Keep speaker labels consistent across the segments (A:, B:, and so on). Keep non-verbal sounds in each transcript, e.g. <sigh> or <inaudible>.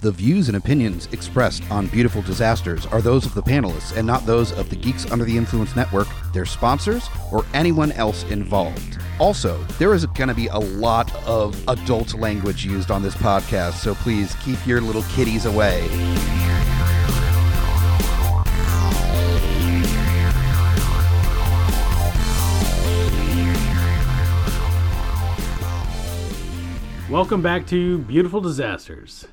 A: The views and opinions expressed on Beautiful Disasters are those of the panelists and not those of the Geeks Under the Influence Network, their sponsors, or anyone else involved. Also, there is going to be a lot of adult language used on this podcast, so please keep your little kitties away.
B: Welcome back to Beautiful Disasters.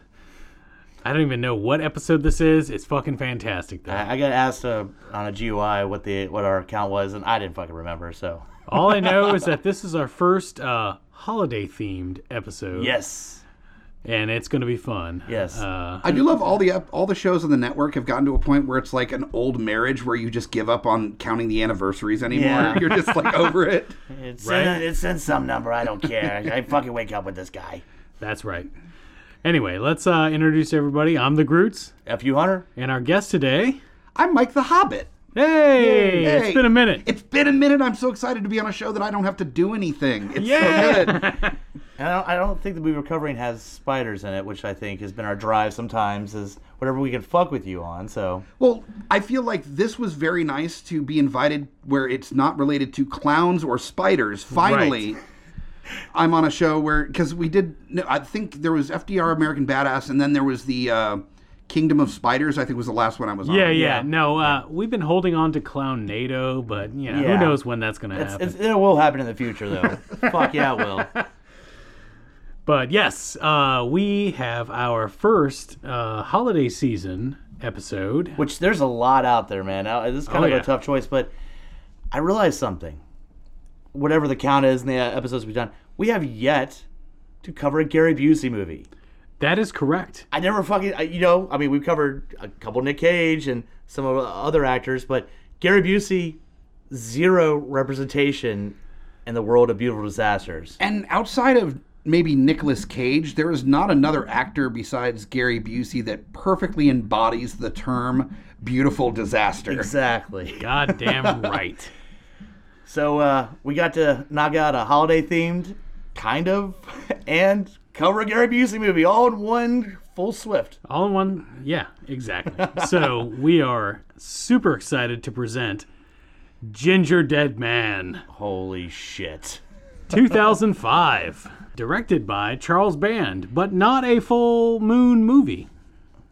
B: I don't even know what episode this is. It's fucking fantastic though.
C: I I got asked uh, on a GUI what the what our account was, and I didn't fucking remember. So
B: All I know is that this is our first uh, holiday themed episode.
C: yes,
B: And it's going to be fun.
C: Yes.
B: Uh,
A: I do love all the ep- all the shows on the network have gotten to a point where it's like an old marriage where you just give up on counting the anniversaries anymore.
C: Yeah.
A: You're just like over it.
C: it's
B: Right?
C: in, it's in some number. I don't care. I fucking wake up with this guy.
B: that's right. Anyway, let's uh, introduce everybody. I'm the Groots,
C: F you, Hunter.
B: and our guest today.
A: I'm Mike the Hobbit.
B: Hey, it's been a minute.
A: It's been a minute. I'm so excited to be on a show that I don't have to do anything. It's
B: Yeah.
A: so
B: <laughs>
A: good.
C: And I don't, I don't think that we recovering has spiders in it, which I think has been our drive sometimes is whatever we can fuck with you on. So
A: Well, I feel like this was very nice to be invited where it's not related to clowns or spiders. Finally, I'm on a show where because we did. No, I think there was FDR American Badass, and then there was the uh, Kingdom of Spiders. I think was the last one I was on.
B: yeah, yeah,
C: yeah.
B: No, uh, we've been holding on to Clown NATO, but you know,
C: Yeah.
B: who knows when that's going to
C: it's,
B: happen.
C: it's, it will happen in the future,
B: <laughs>
C: though. fuck yeah, it will.
B: But yes, uh, we have our first uh, holiday season episode.
C: Which there's a lot out there, man. Now, this is kind
B: Oh,
C: of
B: yeah.
C: a tough choice, but I realized something. Whatever the count is in the uh, episodes we've done, we have yet to cover a Gary Busey movie.
B: That is correct.
C: I never fucking, I, you know, I mean, we've covered a couple Nick Cage and some of the other actors, but Gary Busey, zero representation in the world of beautiful disasters.
A: And outside of maybe Nicolas Cage, there is not another actor besides Gary Busey that perfectly embodies the term beautiful disaster.
C: Exactly.
B: God damn right.
C: So uh, we got to knock out a holiday themed, kind of, <laughs> and cover a Gary Busey movie all in one full swift.
B: All in one. Yeah, exactly. so we are super excited to present Ginger Dead Man
C: Holy shit.
B: 2005, directed by Charles Band, but not a full moon movie.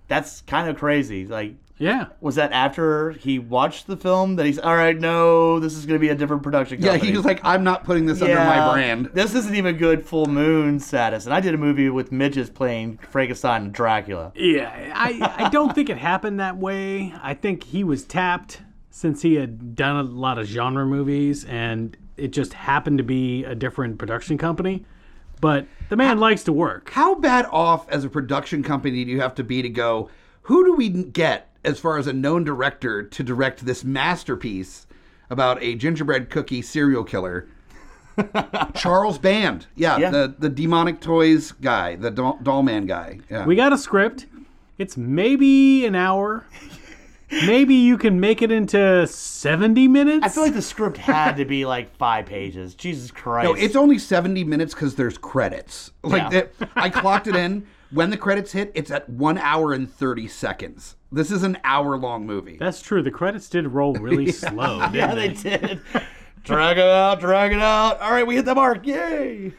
C: That's kind of crazy. Like,
B: Yeah.
C: was that after he watched the film that he's, all right, no, this is going to be a different
A: <laughs>
C: production
A: Yeah,
C: company?
A: he was like, I'm not putting this under my brand.
C: This isn't even good full moon status. And I did a movie with midgets playing Frankenstein and Dracula.
B: Yeah, I, I don't think it happened that way. I think he was tapped since he had done a lot of genre movies, and it just happened to be a different production company. But the man likes to work.
A: How bad off as a production company do you have to be to go, who do we get as far as a known director to direct this masterpiece about a gingerbread cookie serial killer? Charles Band. Yeah,
C: Yeah.
A: The, the demonic toys guy, the doll, doll man guy. Yeah.
B: We got a script. It's maybe an hour. Maybe you can make it into 70 minutes.
C: I feel like the script had to be like five pages. Jesus Christ.
A: No, it's only 70 minutes because there's credits. Like
C: Yeah.
A: that, I clocked it in. When the credits hit, it's at one hour and 30 seconds. This is an hour long movie.
B: That's true. The credits did roll really
C: <laughs>
B: slow. Didn't
C: Yeah,
B: they?
C: they did. <laughs> drag it out, drag it out. All right, we hit the mark. Yay!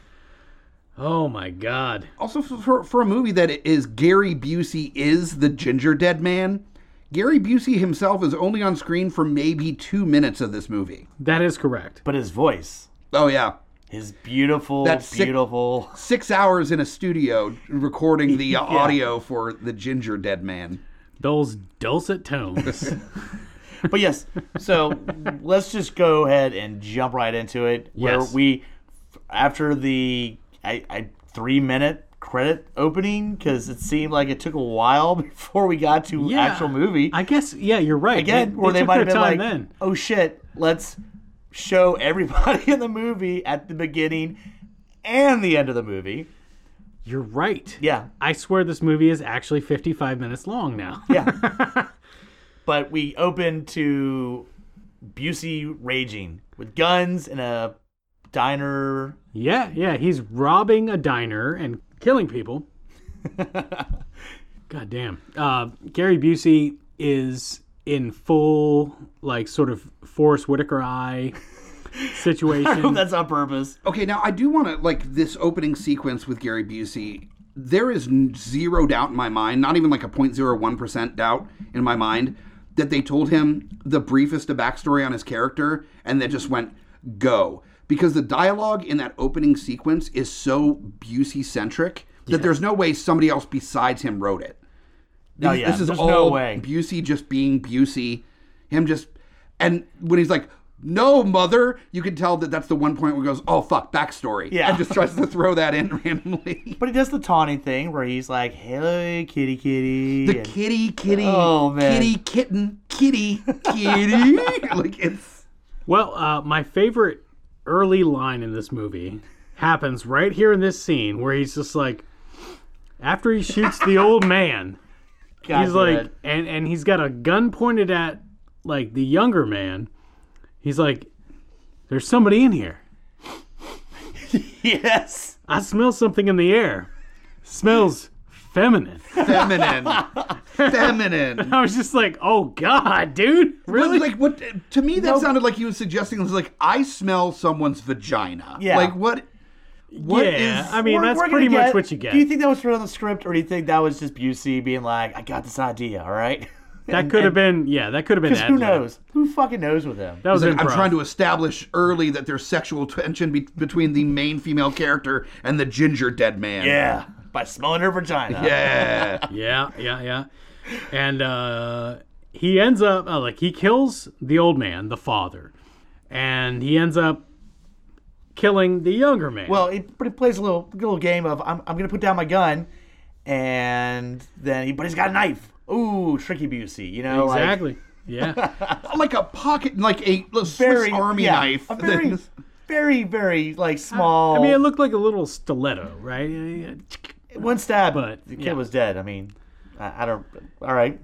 B: Oh my God.
A: Also, f- for, for a movie that is Gary Busey is the ginger dead man, Gary Busey himself is only on screen for maybe two minutes of this movie.
B: That is correct.
C: But his voice,
A: Oh, yeah.
C: his beautiful,
A: That sick-
C: beautiful.
A: <laughs> Six hours in a studio recording the audio for the ginger dead man.
B: Those dulcet
C: <laughs>
B: tones.
C: But yes, so let's just go ahead and jump right into it. Where
B: Yes.
C: we, after the I, I three minute credit opening, because it seemed like it took a while <laughs> before we got to
B: Yeah.
C: actual movie.
B: I guess, yeah, you're right.
C: Again,
B: they,
C: where
B: they
C: they,
B: took
C: might
B: their
C: have been
B: time
C: like,
B: then.
C: "Oh shit, let's show everybody <laughs> in the movie at the beginning and the end of the movie."
B: You're right.
C: Yeah,
B: I swear this movie is actually 55 minutes long now. <laughs>
C: yeah. but we open to Busey raging with guns in a diner.
B: yeah, yeah. He's robbing a diner and killing people. God damn. Uh, Gary Busey is in full, like, sort of Forrest Whitaker eye situation.
C: That's on purpose.
A: Okay, now I do want to like this opening sequence with Gary Busey. There is n- zero doubt in my mind, not even like a 0.01% doubt in my mind, that they told him the briefest of backstory on his character and then just went, go. Because the dialogue in that opening sequence is so Busey centric that there's no way somebody else besides him wrote it.
C: No,
A: This-
C: yeah,
A: this is
C: there's
A: all
C: no way.
A: Busey just being Busey, him just, and when he's like, "No, mother," you can tell that that's the one point where he goes, "Oh fuck, backstory,"
C: Yeah.
A: and just tries to throw that in <laughs> randomly.
C: But he does the taunting thing where he's like, "Hello, kitty, kitty."
A: The
C: and-
A: kitty, kitty,
C: Oh, man.
A: kitty, kitten, kitty, kitty, <laughs> like it's
B: well, uh, my favorite early line in this movie happens right here in this scene where he's just like, after he shoots the old man,
C: God
B: he's
C: damn
B: like,
C: it.
B: and, and he's got a gun pointed at, like, the younger man. He's like, there's somebody in here.
C: <laughs> "Yes."
B: I smell something in the air. Smells feminine. <laughs>
C: <laughs>
A: feminine, feminine.
B: I was just like, oh god, dude, really?
A: Like what? To me, that sounded like he was suggesting it was like I smell someone's vagina.
C: Yeah.
A: Like what? What is?
B: yeah, I mean
C: We're-
B: that's
C: we're gonna
B: pretty much
C: get-
B: what you get.
C: Do you think that was written on the script, or do you think that was just Busey being like, "I got this idea, all right?" <laughs>
B: that could have been, yeah, that could have been.
C: Because who
B: ad lib.
C: knows? Who fucking knows with him?
B: That was
A: He's like,
B: improv.
A: I'm trying to establish early that there's sexual tension be- between the main female character and the ginger dead man.
C: Yeah, by smelling her vagina.
A: Yeah. <laughs>
B: Yeah, yeah, yeah. And uh, he ends up uh, like he kills the old man, the father, and he ends up killing the younger man.
C: Well, it, but it plays a little little game of I'm, I'm gonna put down my gun, and then he, but he's got a knife. Ooh, tricky Busey, you know, like-
B: exactly.
A: <laughs>
B: yeah,
A: like a pocket, like a little Swiss
C: very
A: army
C: yeah,
A: knife.
B: <laughs>
C: a very,
A: That's-
C: very, very like small.
B: I mean it looked like a little stiletto, right? Yeah, yeah.
C: one stab,
B: but,
C: the kid
B: yeah.
C: was dead. I mean, I, I don't. All right,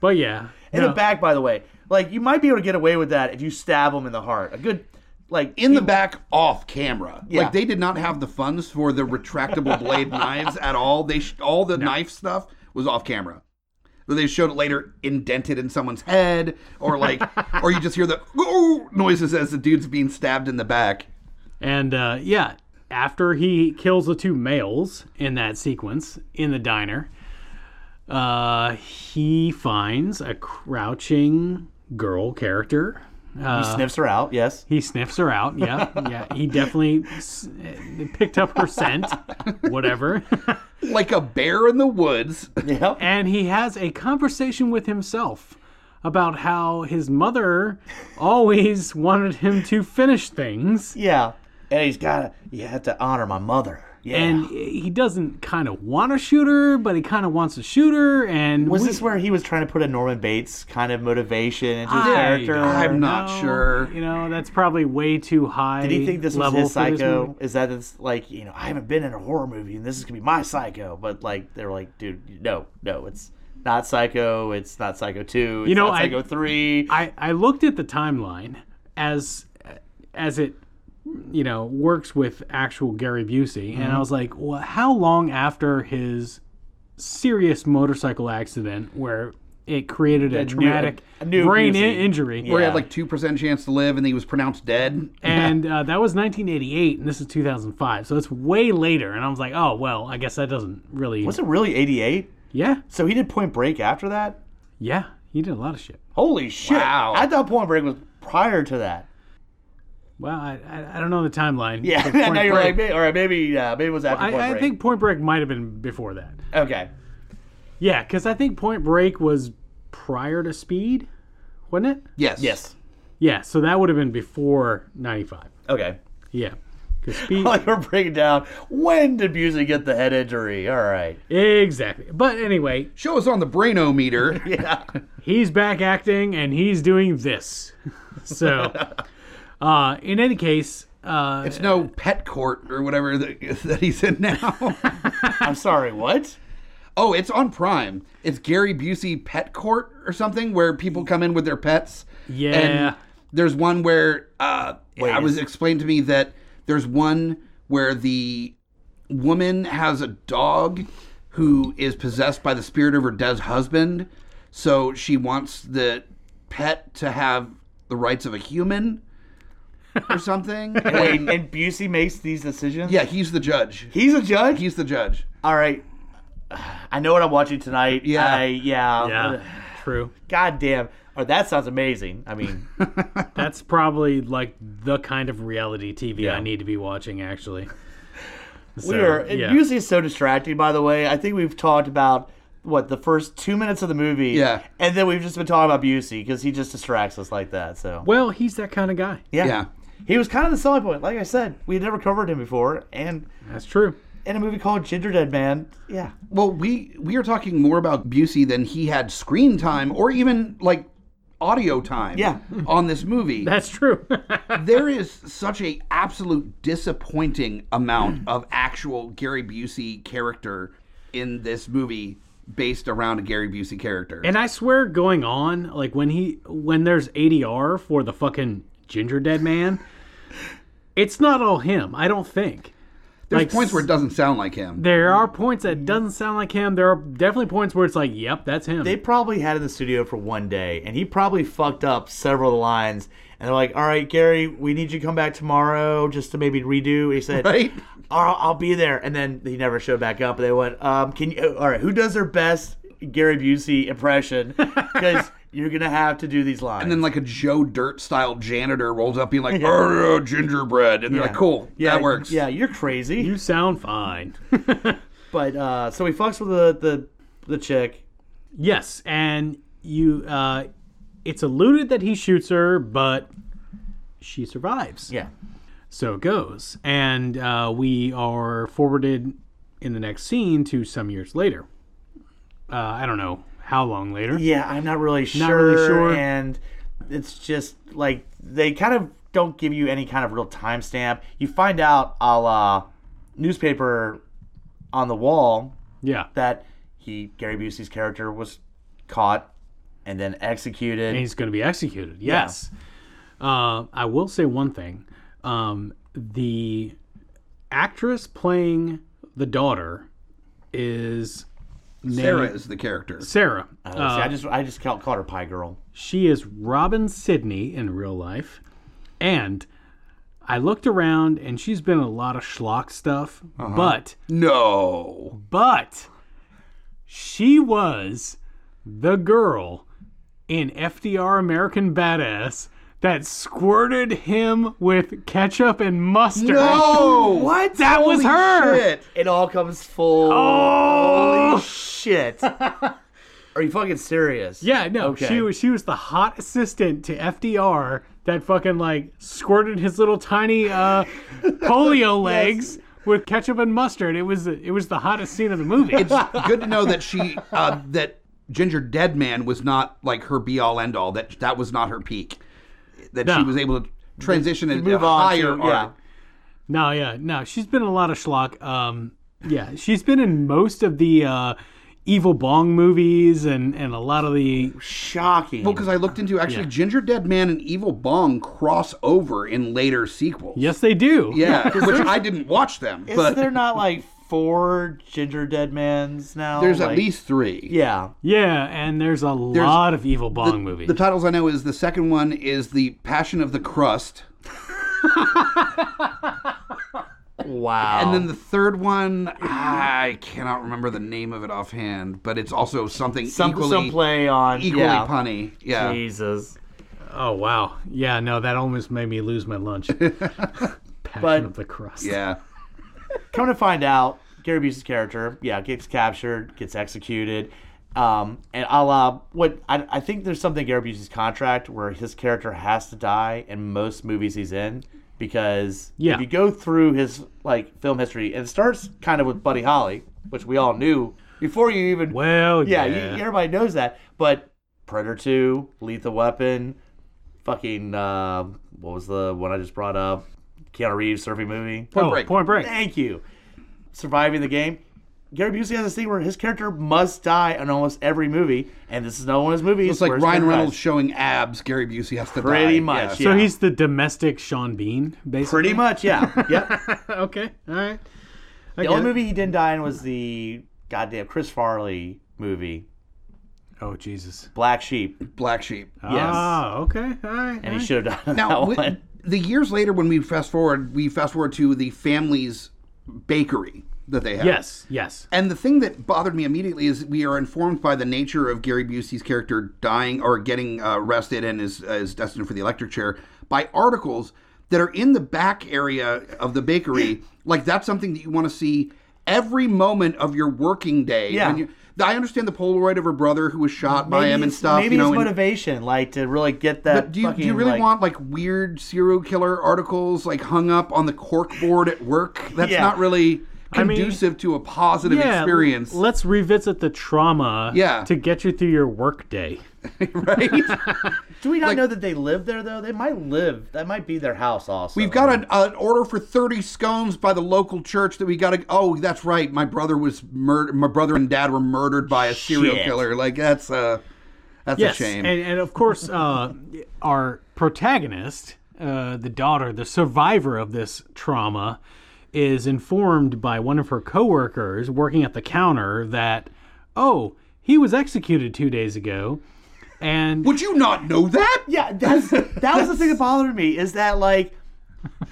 B: But yeah,
C: in
B: no.
C: the back, by the way, like you might be able to get away with that if you stab him in the heart. A good, like
A: In the back, off camera.
C: Yeah.
A: Like they did not have the funds for the retractable
C: <laughs>
A: blade knives at all. They sh- all the knife stuff was off camera. But They showed it later indented in someone's head, or
C: <laughs>
A: like, or you just hear the "Ooh" noises as the dude's being stabbed in the back.
B: And uh, yeah, after he kills the two males in that sequence in the diner, uh, he finds a crouching girl character.
C: he sniffs her
B: <laughs>
C: out. Yes,
B: He sniffs her out. Yeah, yeah. He definitely s- eh, picked up her scent, whatever.
A: Like a bear in the woods.
C: yep.
B: and he has a conversation with himself about how his mother always wanted him to finish things.
C: Yeah, and he's got. You have to honor my mother. Yeah.
B: and he doesn't kind of want to shoot her, but he kind of wants to shoot her. And
C: was
B: we-
C: this where he was trying to put a Norman Bates kind of motivation into his
B: I
C: character?
B: don't
A: I'm not
B: know.
A: sure.
B: You know, that's probably way too high.
C: Do you think this was
B: level
C: his
B: for this
C: psycho?
B: movie.
C: Is that it's like you know I haven't been in a horror movie and this is gonna be my psycho? But like they're like, dude, no, no, it's not psycho. It's not psycho two. It's
B: You know,
C: not
B: I-
C: psycho three.
B: I I looked at the timeline as as it you know works with actual Gary Busey, and
C: Mm-hmm.
B: I was like, well, how long after his serious motorcycle accident where it created a,
C: new-
B: traumatic
C: a new
B: brain in-
C: Busey.
B: injury?
A: Where he had
C: Yeah.
A: like two percent chance to live, and he was pronounced dead.
B: and uh, that was 1988 and this is 2005 so it's way later and i was like oh well i guess that doesn't really
C: was it really eighty eight?
B: yeah
C: So he did Point Break after that.
B: yeah he did a lot of shit
C: Holy shit!
A: Wow.
C: I thought Point Break was prior to that.
B: well i i, I don't know the timeline
C: Yeah, <laughs>
B: for
C: now
B: Point
C: you're
B: Break.
C: like, may- all right, maybe uh, maybe it was after Point
B: I, I
C: Break.
B: think point break might have been before that
C: okay.
B: yeah because i think point break was prior to speed wasn't it
A: Yes.
C: Yes.
B: yeah so that would have been before 95
C: Okay.
B: yeah because speed
C: <laughs> like we're breaking down when did Busey get the head injury? All right.
B: exactly but anyway
A: Show us on the brainometer.
C: Yeah.
B: he's back acting and he's doing this <laughs>
C: <laughs>
B: so uh in any case uh
A: It's no pet court or whatever that, <laughs> that he's in now. <laughs>
C: I'm sorry. What?
A: oh, it's on Prime. It's Gary Busey Pet Court or something where people come in with their pets.
B: Yeah.
A: And there's one where uh, I was
C: is-
A: explained to me that there's one where the woman has a dog who is possessed by the spirit of her dead husband. So she wants the pet to have the rights of a human or something.
C: And,
A: and,
C: and Busey makes these decisions.
A: yeah, he's the judge.
C: he's a judge.
A: He's the judge.
C: All right, I know what I'm watching tonight.
A: Yeah.
C: I, yeah,
B: Yeah, uh, true.
C: God damn. Or that sounds amazing.
A: <laughs>
C: I mean,
B: That's probably like the kind of reality TV
C: Yeah.
B: I need to be watching, actually.
C: we
B: So,
C: are. It
B: yeah.
C: usually is so distracting. By the way, I think we've talked about what the first two minutes of the movie.
A: Yeah.
C: and then we've just been talking about Busey because he just distracts us like that. So
B: Well, he's that kind of guy.
C: yeah.
A: Yeah.
C: he was kind of the selling point. Like I said, we had never covered him before, and
B: That's true.
C: in a movie called Ginger Dead Man. Yeah,
A: Well, we we are talking more about Busey than he had screen time or even like audio time
C: Yeah.
A: on this movie.
B: That's true. <laughs>
A: there is such a absolute disappointing amount of actual Gary Busey character in this movie based around a Gary Busey character.
B: and I swear, going on, like when he when there's ADR for the fucking ginger dead man, it's not all him. I don't think.
A: There's
B: like,
A: points where it doesn't sound like him.
B: There are points that doesn't sound like him. There are definitely points where it's like, yep, that's him.
C: they probably had it in the studio for one day, and he probably fucked up several lines. And they're like, "All right, Gary, we need you to come back tomorrow just to maybe redo." He said,
A: Right?
C: I'll, I'll be there. And then he never showed back up. They went, um, can you, all right, who does their best Gary
A: <laughs>
C: Busey impression? Because you're going to have to do these lines.
A: and then like a Joe Dirt style janitor rolls up being like, "Arr, gingerbread. And they're like, cool,
C: yeah,
A: that works.
C: Yeah, you're crazy.
B: you sound fine. <laughs>
C: but, uh, so he fucks with the, the, the chick.
B: Yes, and you uh it's alluded that he shoots her, but she survives.
C: Yeah.
B: So it goes. And uh we are forwarded in the next scene to some years later. Uh I don't know how long later.
C: Yeah, I'm not really sure.
B: really sure.
C: And it's just like, they kind of don't give you any kind of real timestamp. You find out a la newspaper on the wall
B: Yeah.
C: that he Gary Busey's character was caught and then executed.
B: And he's going to be executed. Yes. Uh, I will say one thing. Um, the actress playing the daughter is
A: Sarah is the character.
B: Sarah.
C: Oh, see,
B: uh,
C: I just I just called, called her Pie Girl.
B: She is Robin Sidney in real life. And I looked around and she's been in a lot of schlock stuff,
A: Uh-huh.
B: but
A: No.
B: but she was the girl in FDR American Badass that squirted him with ketchup and mustard.
A: No.
C: What?
B: That was
A: Holy
B: her.
A: shit.
C: It all comes full.
B: Oh!
C: Holy
B: <laughs>
C: shit! Are you fucking serious?
B: Yeah, no,
C: Okay.
B: she was she was the hot assistant to FDR that fucking like squirted his little
A: <laughs>
B: tiny uh, polio legs with ketchup and mustard. It was it was the hottest scene of the movie.
A: it's good to know that she uh, that Ginger Dead Man was not like her be all end all. That that was not her peak. That she
B: No.
A: was able to transition and
C: Move
A: a
C: on.
A: higher
C: to- yeah.
A: art.
B: <laughs> no, yeah, no, she's been in a lot of schlock. Um, yeah, she's been in most of the uh, evil bong movies and and a lot of the
C: Shocking.
A: Well, because I looked into actually Ginger Dead Man and Evil Bong cross over in later sequels.
B: yes they do
A: Yeah, <laughs> which I didn't watch them,
C: is
A: but
C: there not like four ginger dead mans now?
A: there's at
C: Like-
A: least three.
C: Yeah.
B: yeah and there's a lot of evil bong movies.
A: The titles I know is the second one is the Passion of the Crust,
C: Wow.
A: and then the third one I cannot remember the name of it offhand, but it's also something
C: some
A: equally
C: some play on
A: equally
C: yeah.
A: punny. Yeah.
C: Jesus.
B: oh wow, yeah, no, that almost made me lose
A: <laughs>
B: my lunch. Passion
C: But-
B: of the crust.
A: Yeah.
C: Come to find out, Gary Busey's character, yeah, gets captured, gets executed. Um, and a la what I, I think there's something in Gary Busey's contract where his character has to die in most movies he's in because
B: Yeah.
C: if you go through his like film history, and it starts kind of with Buddy Holly, which we all knew before you even
B: Well,
C: yeah,
B: yeah,
C: You, everybody knows that. But Predator Two, Lethal Weapon, fucking uh, what was the one I just brought up? Keanu Reeves surfing movie.
B: Point
A: Break.
B: Oh, Point Break.
C: Thank you. Surviving the game. Gary Busey has this thing where his character must die in almost every movie, and this is not one of his movies.
A: It's like
C: where his
A: Ryan
C: character
A: Reynolds
C: dies.
A: showing abs. Gary Busey has to die.
C: Pretty much,
A: Yeah.
B: So
C: yeah.
B: he's the domestic Sean Bean,
A: <laughs>
B: basically.
C: Pretty much, yeah. yep.
B: <laughs> okay. All right. I
C: The
B: get
C: only
B: it.
C: movie he didn't die in was the goddamn Chris Farley movie,
B: Oh Jesus.
C: Black Sheep.
A: Black Sheep.
C: Yes.
B: Ah, okay. All right.
C: And he should have done
A: Now,
C: Oh, that
A: wi-
C: one.
A: the years later, when we fast forward, we fast forward to the family's bakery that they have.
B: yes. Yes.
A: And the thing that bothered me immediately is we are informed by the nature of Gary Busey's character dying or getting uh, arrested and is, uh, is destined for the electric chair by articles that are in the back area of the bakery. like that's something that you want to see every moment of your working day.
C: Yeah.
A: When you- I understand the Polaroid of her brother who was shot by him and
C: it's-
A: stuff.
C: Maybe
A: you know,
C: his
A: and-
C: motivation, like to really get that.
A: do you, do you
C: fucking,
A: really
C: like-
A: want like weird serial killer articles like hung up on the cork board at work? That's
C: Yeah.
A: not really
B: mean-
A: conducive to a positive
B: Yeah,
A: experience,
B: Let's revisit the trauma.
A: Yeah.
B: To get you through your workday.
A: right?
C: Do we not know that they live there though? They might live. That might be their house also.
A: We've got an, an order for 30 scones by the local church that we got to. Oh, that's right. My brother was murdered. My brother and dad were murdered by a serial
C: Shit.
A: killer. Like that's uh that's
B: Yes.
A: a shame.
B: And and of course, uh, our protagonist, uh, the daughter, the survivor of this trauma, is informed by one of her coworkers working at the counter that, oh, he was executed two days ago, and
A: Would you not know that?
C: Yeah, that's that was
A: <laughs>
C: the thing that bothered me is that like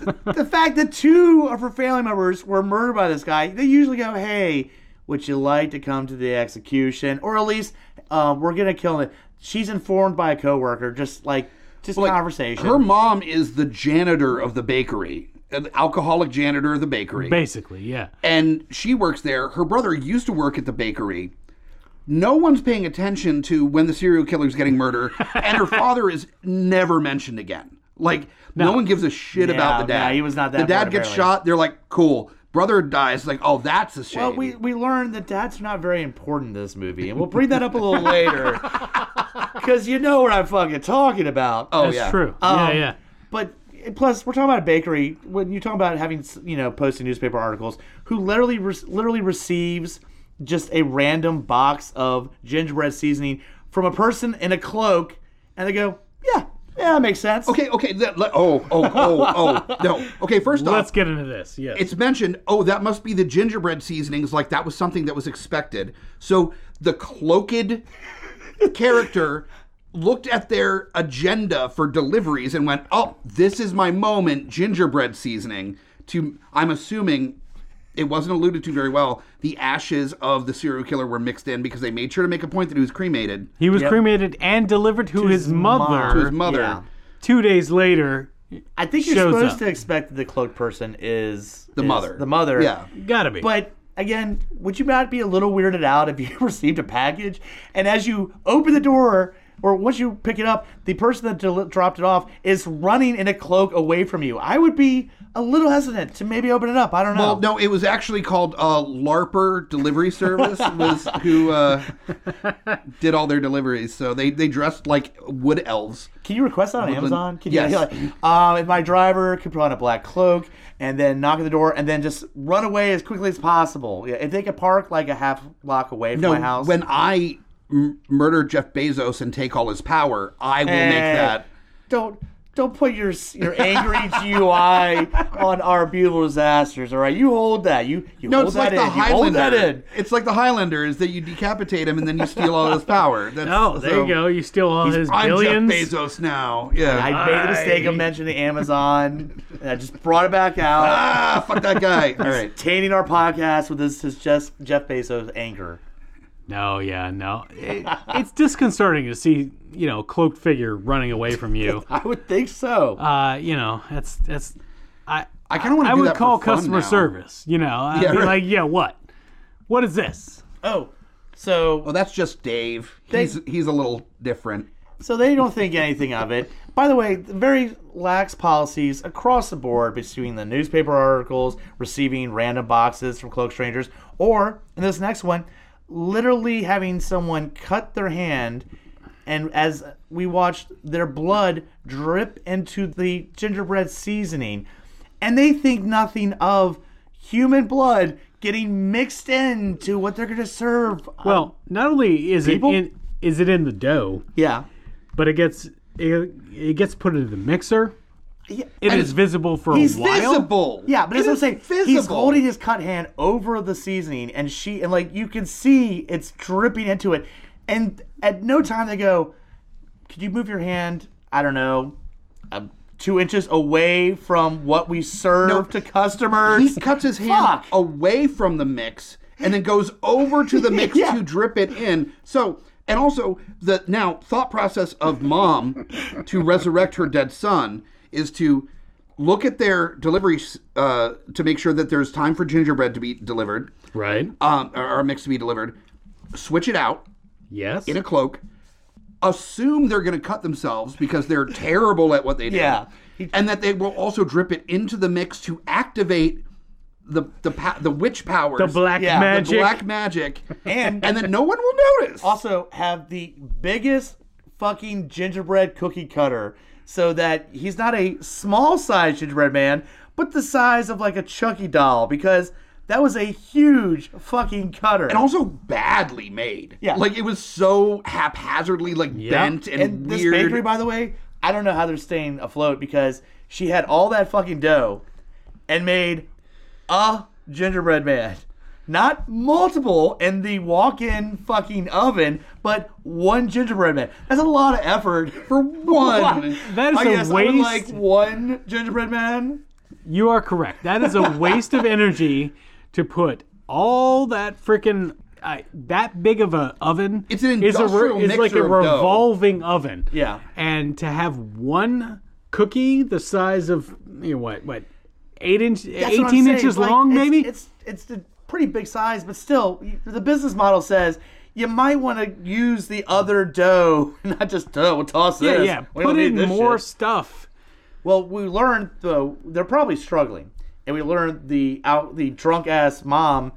C: th- the fact that two of her family members were murdered by this guy. They usually go, "Hey, would you like to come to the execution?" Or at least, uh, "We're gonna kill him." She's informed by a coworker, just like just
A: Like,
C: conversation.
A: Her mom is the janitor of the bakery, an alcoholic janitor of the bakery.
B: basically, yeah.
A: and she works there. Her brother used to work at the bakery. No one's paying attention to when the serial killer's getting
C: <laughs>
A: murdered, and her father is never mentioned again. Like no, one gives a shit about the
C: no,
A: dad.
C: he was not that
A: The dad
C: important,
A: gets
C: really.
A: shot. They're like, cool. Brother dies. Like, oh, that's a shame.
C: Well, we, we learned that dads are not very important in this movie, and we'll bring that up
A: <laughs>
C: a little later. Because you know what I'm fucking talking about.
A: oh
B: That's
A: yeah,
B: true. yeah,
C: Um,
B: yeah.
C: But plus, we're talking about a bakery. When you talk about having you know posting newspaper articles, who literally re- literally receives just a random box of gingerbread seasoning from a person in a cloak, and they go, yeah, yeah, that makes sense.
A: Okay, okay. That, let- oh, oh, oh,
C: <laughs>
A: oh. No. Okay. First off,
B: Let's get into this. Yes.
A: it's mentioned, oh, that must be the gingerbread seasonings. Like that was something that was expected. So the cloaked character looked at their agenda for deliveries and went, oh, this is my moment, gingerbread seasoning. To I'm assuming it wasn't alluded to very well. The ashes of the serial killer were mixed in because they made sure to make a point that he was cremated.
B: he was cremated and delivered to, his,
C: his
B: mother
C: mom.
A: His mother.
C: Yeah.
B: two days later.
C: I think you're
B: Shows
C: supposed
B: up.
C: to expect that the cloaked person is the
A: mother.
C: The mother.
A: Yeah.
B: Gotta be.
C: But again, would you not be a little weirded out if you <laughs> received a package and as you open the door or once you pick it up, the person that del- dropped it off is running in a cloak away from you? I would be a little hesitant to maybe open it up. I don't know.
B: Oh.
A: Well, no, it was actually called uh, LARPer Delivery Service
B: <laughs>
A: was who uh, did all their deliveries. So they, they dressed like wood elves.
C: Can you request that on Amazon? Can
A: Yes.
C: You, like, um, if my driver could put on a black cloak and then knock at the door and then just run away as quickly as possible. Yeah, if they could park like a half block away from my house.
A: when I m- murder Jeff Bezos and take all his power, I will
C: Hey,
B: Eh.
A: make that.
C: Don't don't put your
A: <laughs>
C: your angry GUI on our beautiful disasters. All right, you hold that. You you
A: No,
C: hold
A: it's like
C: that in.
A: the
C: you hold that
A: Highlander.
C: in.
A: It's like the Highlander is that you decapitate him and then you steal all his
B: <laughs>
A: power. That's,
B: oh, there
A: so-
B: you go. You steal all his
A: I'm
B: billions.
A: Jeff Bezos now. Yeah.
C: I made the mistake of
B: I-
C: mentioning Amazon, and I just brought it back
B: <laughs>
C: out,
A: ah, fuck that guy. All right.
C: tainting our podcast with this is just Jeff Bezos anger.
B: No, yeah, no. It, it's disconcerting to see, you know, cloaked figure running away
A: <laughs>
B: from you.
C: I would think so.
B: Uh, you know, that's that's. I
A: I kind of want to
B: I
A: do
B: would
A: that for
B: call
A: fun
B: customer
A: now.
B: service. You know, I'd
A: Yeah,
B: be
A: right.
B: like, yeah, what? What is this?
C: oh, so
A: Well, that's just Dave. he's he's a little different.
C: So they don't think anything of it. By the way, very lax policies across the board between the newspaper articles, receiving random boxes from cloak strangers, or in this next one, literally having someone cut their hand, and as we watched, their blood drip into the gingerbread seasoning, and they think nothing of human blood getting mixed into what they're going to serve.
B: Well, not only is
C: people?
B: it in, is it in the dough,
C: yeah.
B: but it gets it, it gets put into the mixer.
C: Yeah,
B: It is visible for
C: he's
B: a while.
A: visible.
C: Yeah, but that's
A: It
C: what I'm
A: is
C: saying. He's
A: visible.
C: holding his cut hand over the seasoning, and she and like you can see it's dripping into it. And at no time they go, "Could you move your hand? I don't know, um, two inches away from what we serve to customers."
A: He cuts his hand
C: Fuck.
A: away from the mix and then goes over
C: <laughs>
A: to the mix
C: Yeah.
A: to drip it in. So, and also the now thought process of mom to resurrect her dead son is to look at their delivery uh, to make sure that there's time for gingerbread to be delivered,
B: Right?
A: um, or or mix to be delivered. Switch it out
B: yes.
A: in a cloak. Assume they're going to cut themselves because they're terrible at what they do.
C: Yeah.
A: And that they will also drip it into the mix to activate the the pa- the witch powers,
B: the black
C: Yeah, the
A: the
B: magic.
A: black magic,
C: And-
A: and then no one will notice.
C: also have the biggest fucking gingerbread cookie cutter, so that he's not a small size gingerbread man, but the size of like a Chucky doll, because that was a huge fucking cutter.
A: and also badly made.
C: Yeah.
A: like it was so haphazardly like bent and,
C: And this
A: weird.
C: bakery, by the way, I don't know how they're staying afloat because she had all that fucking dough and made a gingerbread man. Not multiple in the walk in fucking oven, but one gingerbread man. That's a lot of effort
B: <laughs>
C: for one.
B: That is
C: I
B: a
C: guess I would
B: waste.
C: like one gingerbread man.
B: You are correct. That <laughs> is a waste of energy to put all that freaking I that big of a oven.
A: It's an
B: is a
A: industrial
B: is like a
A: mixer of dough.
B: revolving oven.
C: Yeah.
B: and to have one cookie the size of you know, what what eight inch
C: That's what I'm
B: eighteen
C: saying.
B: inches
C: Like,
B: long
C: it's-
B: maybe.
C: It's it's a pretty big size, but still, you- the business model says you might want to use the other dough, <laughs> not just dough. We'll toss
B: yeah,
C: this.
B: yeah.
C: We
B: Put
C: don't need
B: in
C: this
B: more
C: shit.
B: stuff.
C: Well, we learned though they're probably struggling, and we learned the out the drunk ass mom,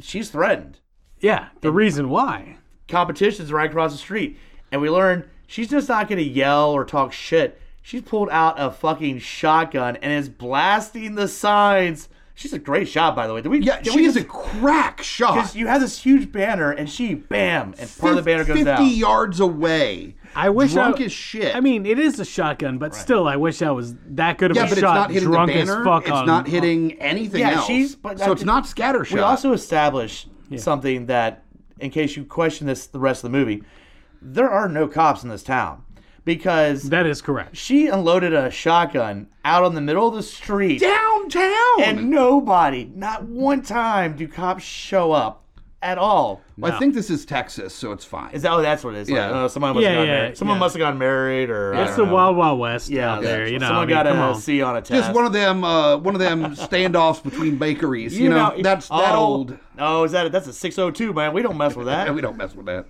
C: she's threatened.
B: Yeah, the reason why.
C: Competition's right across the street, and we learned she's just not gonna yell or talk shit. She's pulled out a fucking shotgun and is blasting the signs. She's a great shot, by the way. Did we?
A: yeah,
C: did
A: she
C: we
A: is
C: just-
A: a crack shot.
C: because you have this huge banner, and she, bam, and part of the banner goes
A: Fifty
C: down.
A: yards away.
B: I wish
A: drunk
B: I,
A: as shit.
B: I mean, it is a shotgun, but still, I wish I was that good of
A: Yeah,
B: a
A: but it's
B: shot.
A: not hitting
B: drunk
A: the banner.
B: as fuck
A: it's
B: on-
A: not hitting anything
C: Yeah,
A: else.
C: she's- but
A: so it's
C: that-
A: not scatter shot.
C: We also established something that, in case you question this, the rest of the movie, there are no cops in this town because
B: That is correct.
C: she unloaded a shotgun out on the middle of the street,
A: downtown.
C: and nobody, not one time, do cops show up at all.
A: Well, I think this is Texas, so it's fine.
C: Is that? Oh, that's what it is. Like,
A: Yeah.
C: oh, someone must have
B: Yeah,
C: gotten
B: yeah,
C: married. Someone
B: yeah.
C: must have gotten married, or I
B: It's the
C: don't know.
B: Wild Wild West
C: Yeah,
B: out there. You know,
C: someone
B: I mean,
C: got
B: come
C: a
B: on.
C: C on a test.
A: Just one of them, uh, one of
C: <laughs>
A: them standoffs between bakeries. You, know, that's that
C: oh,
A: old.
C: Oh, is that it? That's a 602, man. We don't mess with
A: Yeah, <laughs>
C: that.
A: we don't mess with that.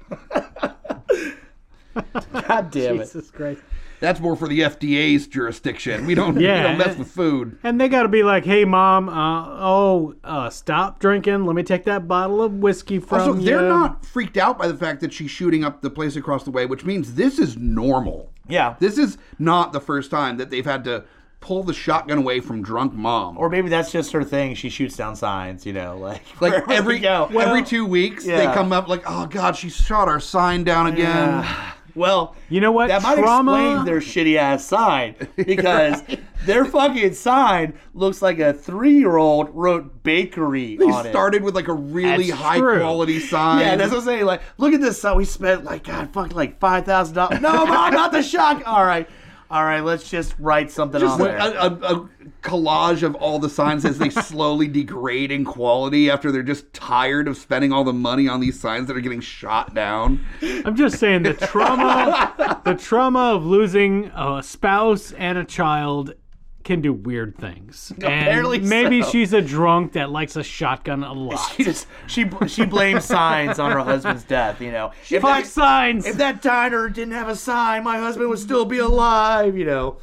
C: God damn it.
B: Jesus Christ.
A: That's more for the FDA's jurisdiction. We don't.
B: Yeah.
A: we don't mess with food.
B: And they got to be like, hey, mom, uh, oh, uh, stop drinking. Let me take that bottle of whiskey from
A: Also,
C: Um,
B: you.
A: they're not freaked out by the fact that she's shooting up the place across the way, which means this is normal.
C: Yeah.
A: This is not the first time that they've had to pull the shotgun away from drunk mom.
C: Or maybe that's just her thing. She shoots down signs, you know, like <laughs> wherever
A: like
C: we
A: every
C: go.
A: every two weeks, they
C: yeah.
A: come up like, "Oh God, she shot our sign down again."
C: <sighs>
A: <sighs>
C: Well,
B: You know what?
C: That might
B: Trauma- <laughs>
C: explain their shitty ass sign
A: <laughs>
C: because their fucking sign looks like a three year old wrote bakery
A: They
C: on it.
A: started with like a really
B: That's
A: high
B: true.
A: quality sign.
C: Yeah, that's what I'm saying. Like, look at this. So we spent like God, fuck, like five thousand dollars. No, <laughs> mom, not the shock. All right, all right. Let's just write something
A: just
C: on
A: a,
C: there.
A: a- a collage of all the signs as <laughs> they slowly degrade in quality after they're just tired of spending all the money on these signs that are getting shot down.
B: I'm just saying the
C: <laughs>
B: trauma, the trauma of losing a spouse and a child can do weird things. And
C: Apparently
B: maybe
C: so.
B: she's a drunk that likes a shotgun a lot.
C: <laughs> she just she bl- she blames signs on her husband's death. You know, if
B: Fuck
C: that,
B: signs.
C: if that diner didn't have a sign, my husband would still be alive. You know,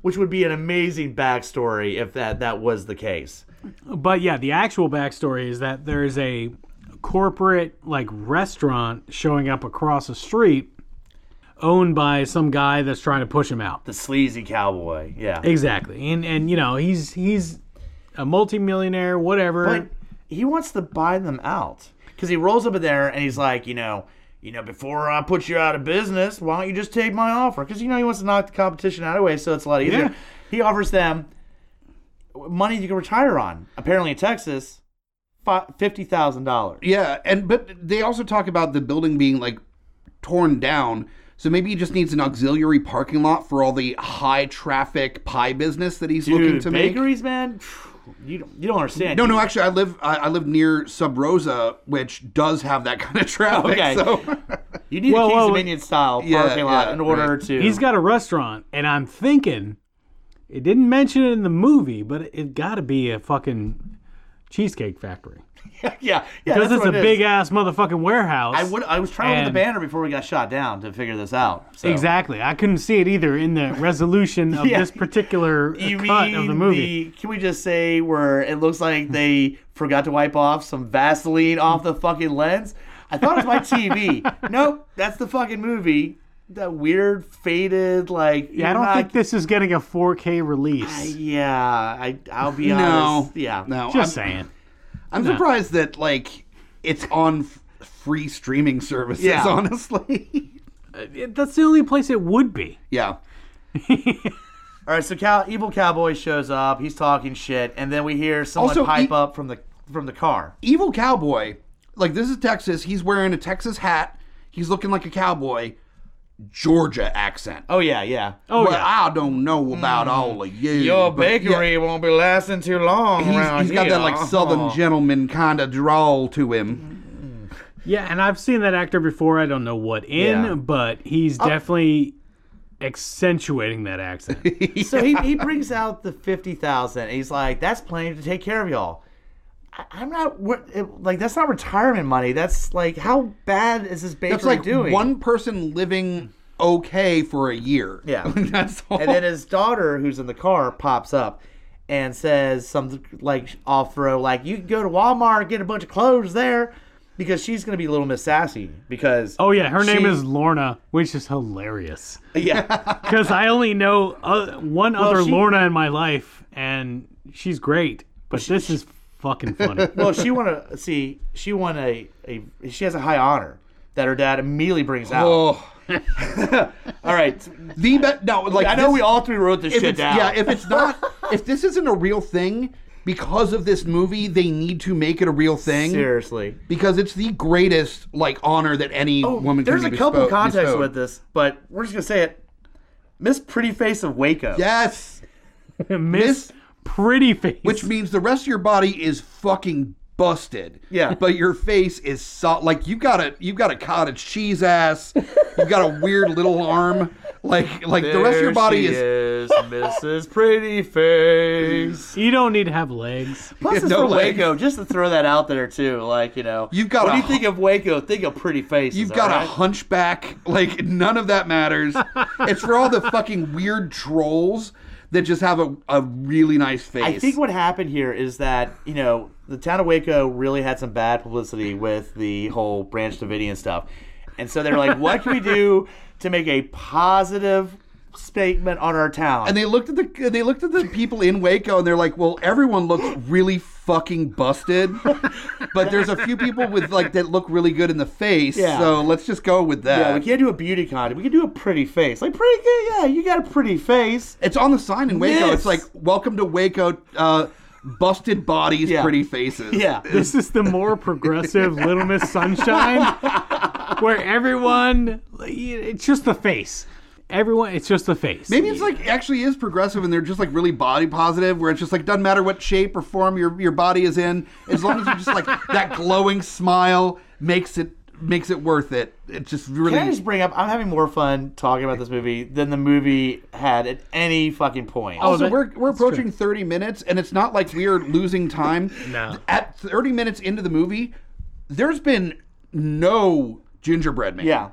C: which would be an amazing backstory if that that was the case.
B: But yeah, the actual backstory is that there's a corporate like restaurant showing up across the street owned by some guy that's trying to push him out.
C: The sleazy cowboy. Yeah,
B: Exactly. And and you know, he's he's a multimillionaire, whatever.
C: but he wants to buy them out because he rolls up in there and he's like, you know, you know, before I put you out of business, why don't you just take my offer? Because you know he wants to knock the competition out anyway, so it's a lot easier.
B: Yeah.
C: He offers them money you can retire on. Apparently in Texas, fi- fifty thousand dollars.
A: Yeah, and but they also talk about the building being like torn down. So maybe he just needs an auxiliary parking lot for all the high traffic pie business that he's looking
C: Dude,
A: to make.
C: bakeries, man. phew, You don't, you don't understand.
A: No, no, actually, I live I, I live near Sub Rosa, which does have that <laughs> kind of traffic.
C: Okay.
A: So
C: You need
B: Well,
C: a Kings
B: well,
C: of Dominion style parking
A: Yeah,
C: lot
A: yeah,
C: in order
A: right.
C: to.
B: He's got a restaurant, and I'm thinking it didn't mention it in the movie, but it got to be a fucking cheesecake factory
C: yeah, yeah.
B: because
C: that's
B: it's a
C: what it is.
B: big ass motherfucking warehouse.
C: I would. I was trying to look at the
B: And-
C: banner before we got shot down to figure this out. So.
B: Exactly. I couldn't see it either in the resolution of
C: Yeah.
B: this particular
C: You
B: cut
C: mean
B: of the movie.
C: the- can we just say where it looks like they forgot to wipe off some Vaseline off the fucking lens? I thought it was my
B: <laughs>
C: TV. nope, that's the fucking movie. That weird faded like.
B: yeah, I
C: you're
B: don't
C: not-
B: think this is getting a 4K release.
C: Yeah, I. I'll
A: <laughs>
C: be
A: no,
C: honest. Yeah.
A: no. I'm-
B: Just saying.
A: I'm surprised that like it's on f- free streaming services.
C: Yeah.
A: <laughs> Honestly,
B: It- that's the only place it would be.
A: yeah.
C: All right, so Cal- evil cowboy shows up. He's talking shit, and then we hear someone
A: Also,
C: pipe
B: e-
A: he-
C: up from the from the car.
A: evil cowboy like this is texas he's wearing a texas hat he's looking like a cowboy georgia accent
C: Oh yeah, yeah. Mm.
B: Oh,
A: well,
B: yeah.
A: i don't know about all of you but yeah,
C: won't be lasting too long
A: he's, he's got that
C: uh-huh.
A: like southern gentleman kind of drawl to him
B: Yeah, and I've seen that actor before. I don't know what in,
C: Yeah.
B: but he's definitely accentuating that accent.
C: <laughs> so he, he brings out the fifty thousand. He's like, "That's plenty to take care of y'all." I, I'm not what it- like that's not retirement money. That's like how bad is this bakery
A: it's like
C: doing?
A: one person living okay for a year
C: Yeah.
A: <laughs> that's all
C: and then his daughter, who's in the car, pops up and says something like off row, like you can go to Walmart and get a bunch of clothes there, because she's gonna be Little Miss Sassy because
B: oh yeah, her name
C: She-
B: is Lorna, which is hilarious
C: <laughs> yeah
B: because I only know uh, one other
C: she-
B: Lorna in my life, and she's great. But this is fucking funny.
C: well she won a see she won a, a she has a high honor that her dad immediately brings out.
A: oh
C: <laughs> All right,
A: the bet no like
C: I know
A: this-
C: we all three wrote this
A: if
C: shit
A: it's,
C: down.
A: yeah if it's not
C: <laughs>
A: if this isn't a real thing because of this movie they need to make it a real thing
C: seriously.
A: because it's the greatest like honor that any woman
C: Oh, There's
A: can
C: a
A: be
C: couple
A: bespoke-
C: contexts
A: bestowed.
C: with this, but we're just gonna say it. Miss Pretty Face of Waco.
A: Yes,
B: Miss
A: Miss-
B: Pretty Face.
A: which means the rest of your body is fucking busted.
C: Yeah.
A: but your face is so- like you've got a you've got a cottage cheese ass. You've got a weird little arm. Like like the rest of your body is.
C: Mrs. Pretty Face.
B: you don't need to have legs.
C: Plus, it's
A: No
C: for
A: legs.
C: Waco. Just to throw that out there too, like you know,
A: You've got
C: When
A: a-
C: you think of Waco, think of Pretty Face.
A: You've got a hunchback. Like none of that matters. it's for all the
C: <laughs>
A: fucking weird trolls that just have a, a really nice face.
C: I think what happened here is that you know the town of Waco really had some bad publicity with the whole Branch Davidian stuff, and so they're like, "What can we do to make a positive statement on our town?"
A: And they looked at the they looked at the people in Waco and they're like, "Well, everyone looks really fucking busted, but there's a few people with like that look really good in the face.
C: Yeah.
A: So let's just go with that."
C: yeah, we can't do a beauty contest. We can do a pretty face. Like pretty good. Yeah, you got a pretty face.
A: it's on the sign in Waco.
C: Yes.
A: It's like, "Welcome to Waco, uh, busted bodies,
C: Yeah.
A: pretty faces."
C: Yeah.
B: This is the more progressive Little Miss Sunshine, where everyone, it's just the face. Everyone, it's just the face.
A: Maybe it's like actually is progressive and they're just like really body positive, where it's just like doesn't matter what shape or form your your body is in, as long as you just like that glowing smile makes it makes it worth it. It's just really.
C: Can I just bring up? I'm having more fun talking about this movie than the movie had at any fucking point.
A: Also,
B: that-
A: we're, we're approaching 30 minutes, and it's not like we are losing time.
B: <laughs> No.
A: At 30 minutes into the movie, there's been no gingerbread man.
C: yeah.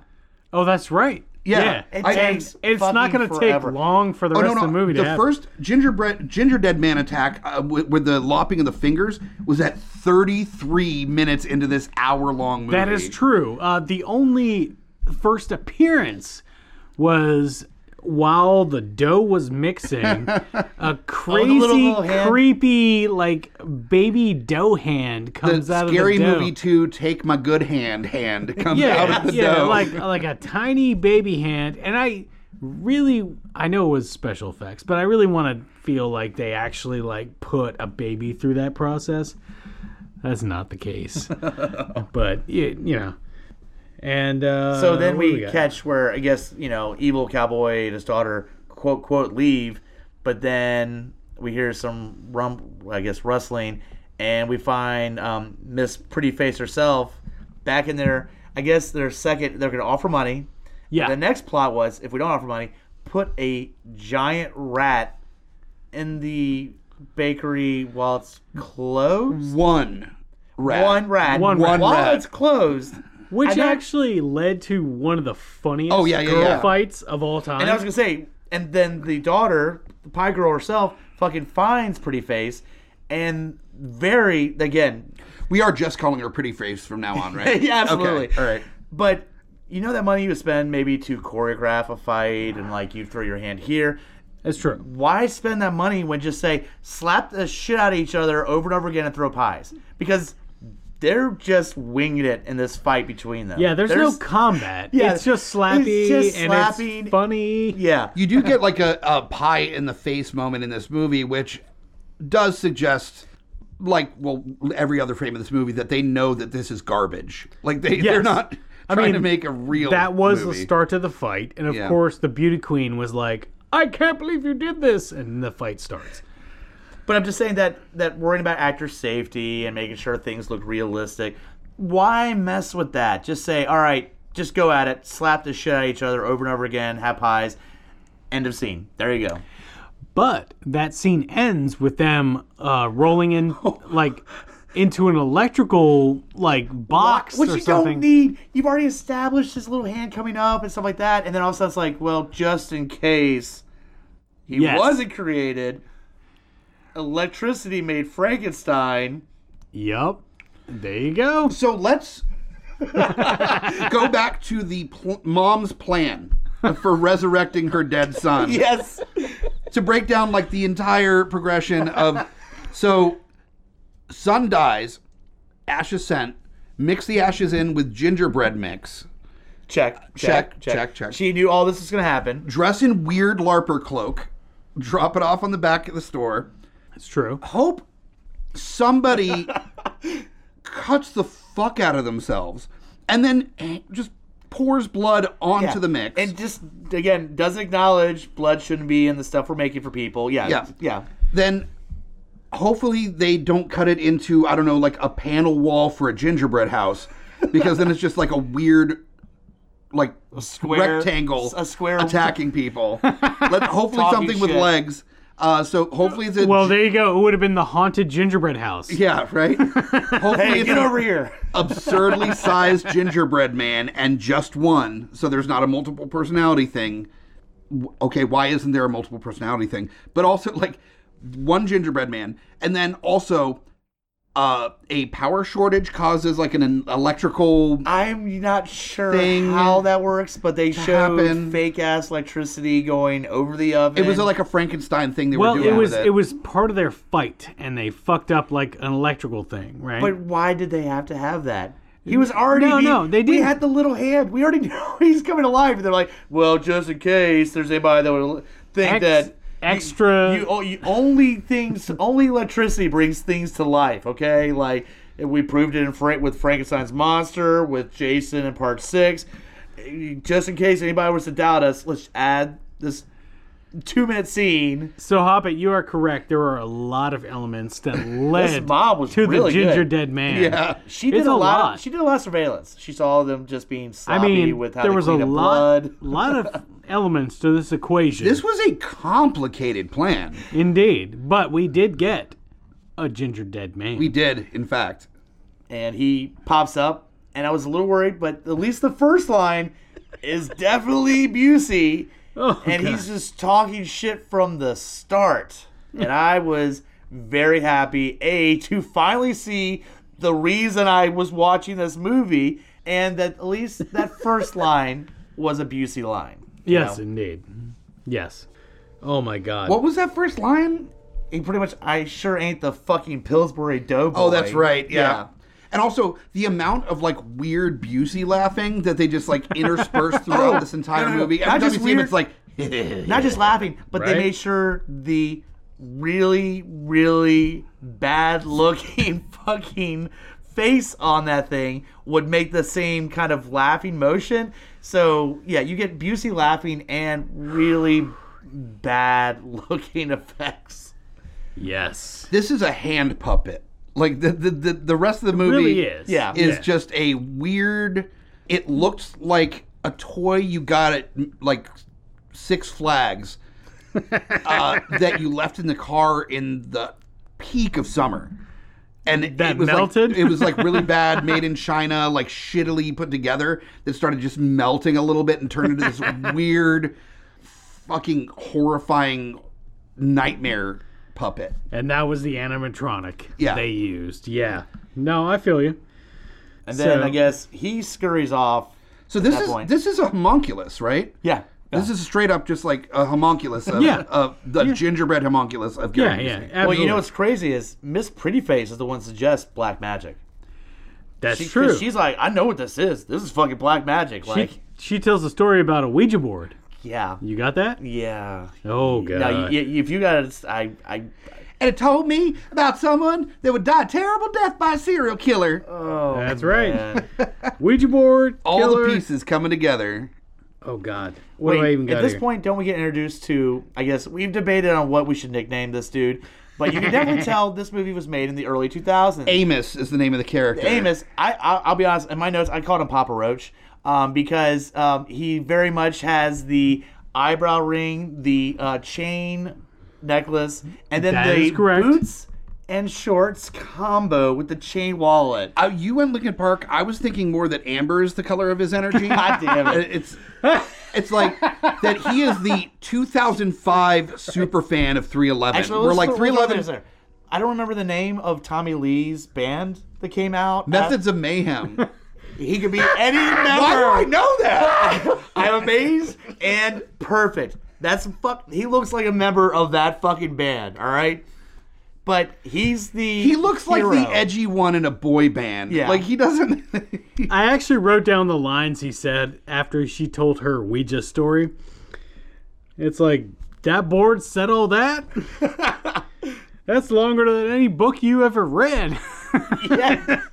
B: oh, that's right.
A: Yeah.
C: It
A: I-
C: takes.
B: It's not
C: fucking
B: going to take
C: forever.
B: long for the
A: Oh,
B: rest
A: no, no.
B: of the movie to
A: the
B: happen.
A: first gingerbread ginger dead man attack uh, with, with the lopping of the fingers was at 33 minutes into this hour long movie.
B: That is true. Uh, the only first appearance was while the dough
A: <laughs>
B: was mixing, a crazy,
C: little- little hand?
B: creepy, like baby dough hand comes out of the
A: Scary
B: dough.
A: movie two, take my good hand
B: <laughs>
A: hand comes
C: <laughs>
B: yeah,
A: out of the
B: yeah,
A: dough.
B: like like a tiny baby hand, and I really I know it was special effects, but I really want to feel like they actually like put a baby through that process. That's not the case,
C: <laughs>
B: but you, you know, and uh,
C: So then
B: what do
C: we
B: got?
C: catch where I guess you know evil cowboy and his daughter quote quote leave, but then we hear some rump I guess rustling, and we find um, Miss Pretty Face herself back in there. I guess their second they're gonna offer money.
B: Yeah.
C: The next plot was if we don't offer money, put a giant rat in the bakery while it's closed.
A: one rat.
C: One rat.
B: One
A: rat.
C: While
A: One rat.
C: it's closed.
B: Which
C: And I-
B: actually led to one of the funniest
A: Oh, yeah, yeah,
B: girl
A: yeah.
B: fights of all time.
C: And I was gonna say, and then the daughter, the pie girl herself, fucking finds Pretty Face, and very again,
A: We are just calling her Pretty Face from now on, right?
C: <laughs> yeah, absolutely,
A: Okay. All right.
C: But you know that money you would spend maybe to choreograph a fight, and like you throw your hand here.
B: That's true.
C: Why spend that money when just say slap the shit out of each other over and over again and throw pies? Because they're just winging it in this fight between them.
B: Yeah, there's, no combat.
C: <laughs> Yeah,
B: it's just slappy
C: it's just
B: and
C: slapping.
B: it's funny.
C: yeah.
A: You do get like a, a pie in the face moment in this movie, which does suggest, like, well, every other frame of this movie, that they know that this is garbage. Like, they, they're
B: Yes.
A: not
B: I
A: trying to
B: mean,
A: make a real
B: That was
A: movie.
B: the start of the fight, and of
A: Yeah.
B: course, the beauty queen was like, "I can't believe you did this," and the fight starts.
C: But I'm just saying that that worrying about actor safety and making sure things look realistic. Why mess with that? Just say, all right, just go at it, slap the shit out of each other over and over again, have pies. End of scene. There you go.
B: But that scene ends with them uh, rolling in like into an electrical like box
C: Which
B: or
C: you
B: something.
C: don't need. You've already established his little hand coming up and stuff like that, and then all of a sudden it's like, well, just in case he
B: Yes.
C: wasn't created, electricity made Frankenstein.
B: Yep. There you go.
A: So
B: <laughs>
A: let's go back to the pl- mom's plan for resurrecting her dead son.
C: Yes.
A: to break down like the entire progression of so sun dies ashes sent mix the ashes in with gingerbread mix
C: check,
A: Check, check, check.
C: She knew all this was gonna happen.
A: dress in weird larper cloak drop it off on the back of the store
B: It's true.
A: hope somebody <laughs> cuts the fuck out of themselves and then eh, just pours blood onto
C: Yeah.
A: the mix
C: And just again, doesn't acknowledge blood shouldn't be in the stuff we're making for people. Yeah.
A: Yeah.
C: Yeah.
A: then hopefully they don't cut it into I don't know like a panel wall for a gingerbread house because then it's just like a weird like
C: square-
A: rectangle
C: a square-
A: attacking
C: <laughs>
A: people. Let, hopefully
C: Talking
A: something with
C: shit.
A: legs. Uh, so hopefully it's a
B: Well, there you go. It would have been the haunted gingerbread house.
A: yeah
B: <laughs>
A: right. Hopefully
C: Hey,
A: it's
C: get
A: an
C: over here.
A: absurdly sized gingerbread man and just one, so there's not a multiple personality thing. W- Okay, why isn't there a multiple personality thing? But also like one gingerbread man, and then also uh, a power shortage causes like an, an electrical.
C: I'm not sure
A: Thing
C: how that works, but they showed
A: happen.
C: fake ass electricity going over the oven.
A: It was like a Frankenstein thing they
B: Well,
A: were
B: it
A: doing.
B: was
A: with
B: it.
A: it.
B: was part of their fight, and they fucked up like an electrical thing, right?
C: But why did they have to have that? He was already.
B: No,
C: being-
B: no, they
C: We
B: didn't.
C: had the little hand. We already <laughs> know he's coming alive. And they're like, well, just in case there's anybody that would think
B: Ex-
C: that.
B: extra-
C: You, oh, you only things, only electricity brings things to life. Okay, like we proved it in Fra- with Frankenstein's monster, with Jason in Part Six. Just in case anybody was to doubt us, let's add this two-minute scene.
B: So Hobbit, you are correct. There were a lot of elements
C: <laughs>
B: that led
C: mom was
B: to
C: really
B: the
C: good.
B: ginger dead man.
A: yeah.
C: She did
B: It's a
C: a, lot.
B: lot.
C: She did a lot of surveillance. She saw them just being
B: I
C: sloppy
B: mean,
C: with how
B: there
C: they
B: was a
C: cleaned up
B: lot,
C: blood.
B: <laughs> lot of elements to this equation.
A: This was a complicated plan.
B: <laughs> Indeed, but we did get a ginger dead man.
A: We did, in fact.
C: And he pops up, and I was a little worried, but at least the first line is definitely Busey,
B: <laughs> Oh,
C: and he's just talking shit from the
A: <laughs>
C: start. And I was very happy a to finally see the reason I was watching this movie,
A: <laughs>
C: and that at least that first line was a Busey line. you
B: yes,
C: know?
B: indeed. Yes. Oh my God.
C: What was that first line? He pretty much, I sure ain't the fucking Pillsbury Doughboy.
A: Oh, that's right. Yeah. And also the amount of like weird Busey laughing that they just
C: <laughs>
A: like intersperse throughout this entire
C: Oh, no, no.
A: movie.
C: Not
A: Every time
C: just
A: you see him,
C: weird-
A: it's like
C: Not just laughing, but
B: Right?
C: they made sure the really, really bad looking <laughs> fucking face on that thing would make the same kind of laughing motion. So, yeah, you get Busey laughing and really bad looking <laughs> effects.
B: yes.
A: this is a hand puppet. Like the the the, the rest of the movie
B: really is.
C: Yeah.
A: is just a weird. It looks like a toy you got at like Six
B: <laughs>
A: Flags uh, that you left in the car in the peak of summer, and it-
B: That
A: it was
B: melted?
A: Like, it was like really
B: <laughs>
A: bad, made in China, like shittily put together. That started just melting a little bit and turned into
B: <laughs>
A: this weird, fucking horrifying nightmare puppet.
B: And that was the animatronic
A: Yeah.
B: they used. Yeah. No, I feel you.
C: And then
B: So-
C: I guess he scurries off.
A: So this
C: That
A: is
C: point.
A: this is a homunculus, right?
C: Yeah.
A: This is straight up just like a homunculus of,
B: Yeah.
A: of the gingerbread homunculus of Gary
B: Yeah, yeah.
A: Busey.
B: Absolutely.
C: Well, you know what's crazy is Miss Prettyface is the one who suggests black magic.
B: that's
C: She- 'cause
B: true.
C: She's like, I know what this is. This is fucking black magic. Like,
B: she, she tells a story about a Ouija board.
C: yeah,
B: You got that?
C: yeah.
B: Oh god.
C: Now, y- y- if you got, I, I,
A: And it told me about someone that would die a terrible death by a serial killer.
C: oh,
B: That's right. <laughs>
C: man.
B: Ouija board.
A: All
B: killer.
A: the pieces coming together.
B: Oh god. What do I
C: Wait,
B: even got
C: at this
B: here?
C: point, don't we get introduced to? I guess we've debated on what we should nickname this dude, but you
B: <laughs>
C: can definitely tell this movie was made in the early 2000s.
A: Amos is the name of the character.
C: Amos, I, I I'll be honest. In my notes, I called him Papa Roach um, because um, he very much has the eyebrow ring, the uh, chain necklace, and then
B: That
C: the
B: is correct.
C: boots and shorts combo with the chain wallet.
A: Uh, you went Lincoln Park. I was thinking more that amber is the color of his energy.
C: <laughs> God damn
A: Uh,
C: it!
A: It's it's like that he is the 2005 super fan of 311.
C: Actually,
A: We're
C: let's
A: like
C: throw- let's throw
A: 311
C: this there. I don't remember the name of Tommy Lee's band that came out.
A: methods of mayhem.
C: Uh, he could be any
A: <laughs>
C: member.
A: Why do I know <laughs> that?
C: I'm amazed and perfect. That's fuck. He looks like a member of that fucking band. All right, but he's the
A: He looks like
C: hero.
A: the edgy one in a boy band.
C: Yeah.
A: Like he doesn't. <laughs>
B: I actually wrote down the lines he said after she told her Ouija story. It's like that board said all <laughs> that. That's longer than any book you ever read. <laughs>
C: Yeah.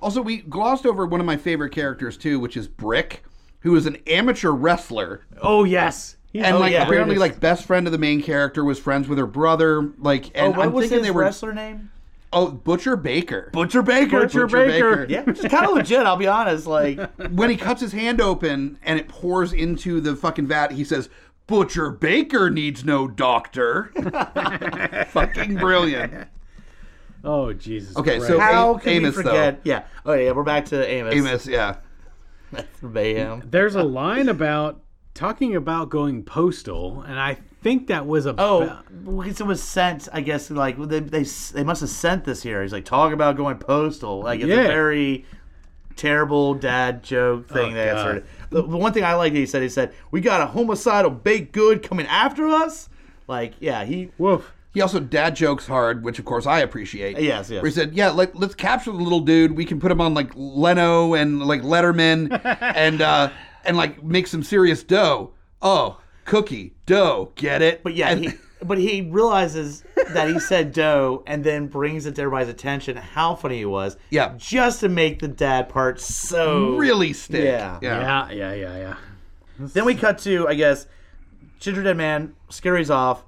A: also, we glossed over one of my favorite characters too, which is Brick, who is an amateur wrestler
B: oh yes. He's
A: and
B: the
A: like
C: yeah.
A: apparently
B: greatest.
A: like best friend of the main character was friends with her brother. Like, and <laughs>
C: what
A: I'm
C: Oh, was
A: thinking
C: his
A: they were
C: wrestler name?
A: oh Butcher Baker.
C: Butcher Baker.
B: Butcher
A: Butcher
B: Baker.
A: Baker.
C: Yeah, which is kind of legit. I'll be honest.
A: <laughs>
C: Like,
A: when he cuts his hand open and it pours into the fucking vat, he says. Butcher Baker needs no doctor. <laughs> Fucking brilliant.
B: Oh Jesus.
A: Okay,
B: Christ.
A: so-
C: how
A: A-
C: can
A: Amos,
C: we
A: though.
C: forget? Yeah. Oh yeah, we're back to Amos.
A: Amos, yeah.
C: Mayhem.
B: there's a line about talking about going postal, and I think that was a
C: Oh, because it was sent. I guess like they they they must have sent this here. He's like talk about going postal. Like it's
B: Yeah.
C: a very terrible dad
A: Oh,
C: joke thing. that
B: God.
C: sort of, the, the one thing I liked that he said he said we got a homicidal baked good coming after us. Like yeah he
B: woof.
A: He also dad jokes hard, which of course I appreciate.
C: Yes, yes.
A: Where he said, "Yeah, like let's capture the little dude. We can put him on like Leno and like
C: <laughs>
A: Letterman, and uh and like make some serious dough. Oh, cookie dough, get it?
C: but yeah
A: And-
C: he but he realizes that he said <laughs> dough and then brings it to everybody's attention how funny he was.
A: Yeah.
C: just to make the dad part
A: <laughs>
C: so
A: really stick.
C: Yeah.
B: Yeah, yeah, yeah, yeah.
C: Then we cut to, I guess, Gingerbread Man scurries off,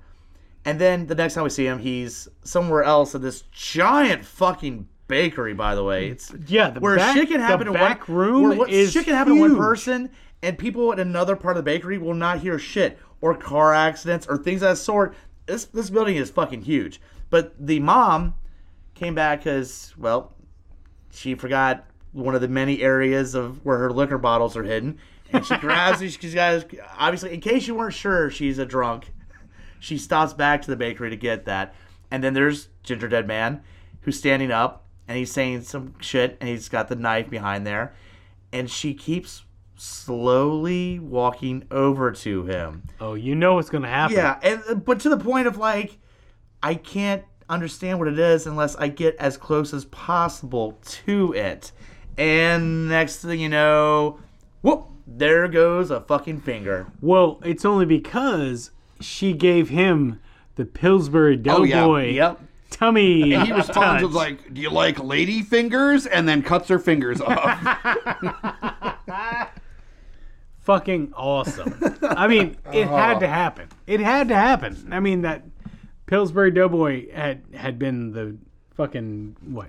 C: and then the next time we see him, he's somewhere else at this giant fucking bakery. By the way, it's
B: Yeah, the
C: where
B: back-
C: shit can
B: the
C: happen in
B: back
C: one
B: room
C: where what
B: is
C: shit can happen to one
B: huge.
C: person, and people in another part of the bakery will not hear shit or car accidents or things of that sort. This this building is fucking huge. But the mom came back because well, she forgot one of the many areas of where her liquor bottles are hidden, and
B: <laughs>
C: she grabs it. She's got obviously, in case you weren't sure, she's a drunk. She stops back to the bakery to get that, and then there's Ginger Dead Man, who's standing up and he's saying some shit, and he's got the knife behind there, and she keeps slowly walking over to him.
B: Oh, you know what's gonna happen.
C: Yeah, and uh, but to the point of like, I can't understand what it is unless I get as close as possible to it. And next thing you know, whoop, there goes a fucking finger.
B: Well, it's only because she gave him the Pillsbury
A: yeah.
B: Doughboy
C: Oh, Yep.
B: tummy.
C: <laughs>
A: He responds with
B: touch.
A: like, "Do you like lady fingers?" and then cuts her
C: <laughs>
A: fingers off.
B: <laughs> fucking awesome. I mean,
C: <laughs>
B: it
C: Oh.
B: had to happen. It had to happen. I mean, that Pillsbury Doughboy had had been the fucking what?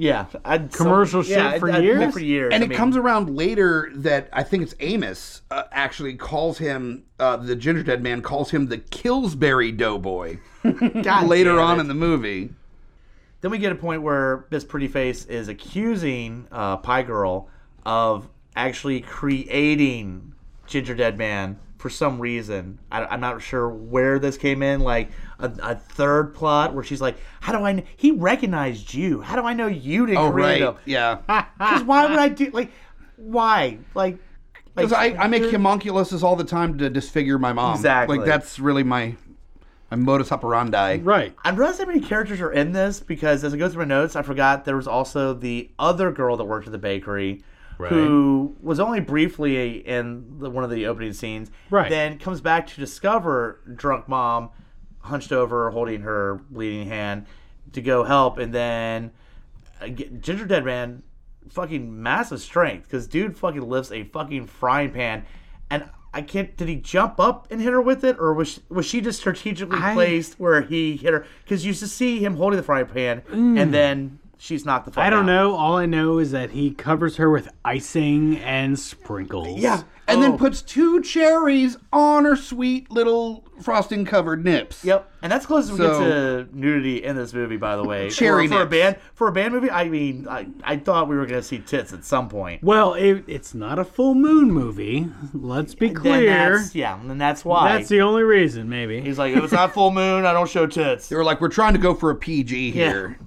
C: Yeah, I'd,
B: Commercial shit for years?
C: for years,
A: and
C: I
A: it
C: mean,
A: comes around later that I think it's Amos uh, actually calls him uh, the ginger dead man calls him the Killsbury Doughboy
C: <laughs> God
A: later
C: damn
A: on
C: it.
A: in the movie.
C: Then we get a point where Miss Pretty Face is accusing uh, Pie Girl of actually creating Ginger Dead Man for some reason. I, am not sure where this came in. Like a, a third plot where she's like, "How do I? Kn- he recognized you. How do I know you didn't
A: Oh right,
C: create him?
A: yeah.
C: <laughs> Because why would I do like? Why like? Like
A: Because I, I make homunculuses all the time to disfigure my mom.
C: Exactly.
A: Like that's really my my modus operandi.
B: Right.
C: I realized how many characters are in this because as I go through my notes, I forgot there was also the other girl that worked at the bakery who was only briefly in the, one of the opening scenes.
B: Right.
C: Then comes back to discover drunk mom hunched over, holding her bleeding hand to go help. And then uh, get- Ginger Dead Man, fucking massive strength because dude fucking lifts a fucking frying pan. And I can't, did he jump up and hit her with it? Or was she, was she just strategically
B: I-
C: placed where he hit her? Because you used to see him holding the frying pan and then she's knocked the fuck
B: Mm. I don't
C: out.
B: know. All I know is that he covers her with icing and sprinkles.
A: Yeah. And
C: Oh.
A: then puts two cherries on her sweet little frosting covered nips.
C: Yep, and that's close as we
A: So-
C: get to nudity in this movie, by the
A: <laughs>
C: way.
A: Cherry
C: for, for a
A: nips.
C: band for a band movie. I mean, I, I thought we were gonna see tits at some point.
B: Well, it, it's not a full moon movie. Let's be
C: Then
B: clear.
C: that's, yeah, and that's why.
B: That's the only reason, maybe.
C: He's like, it was not full moon. I don't show tits.
A: They were like, we're trying to go for a PG here.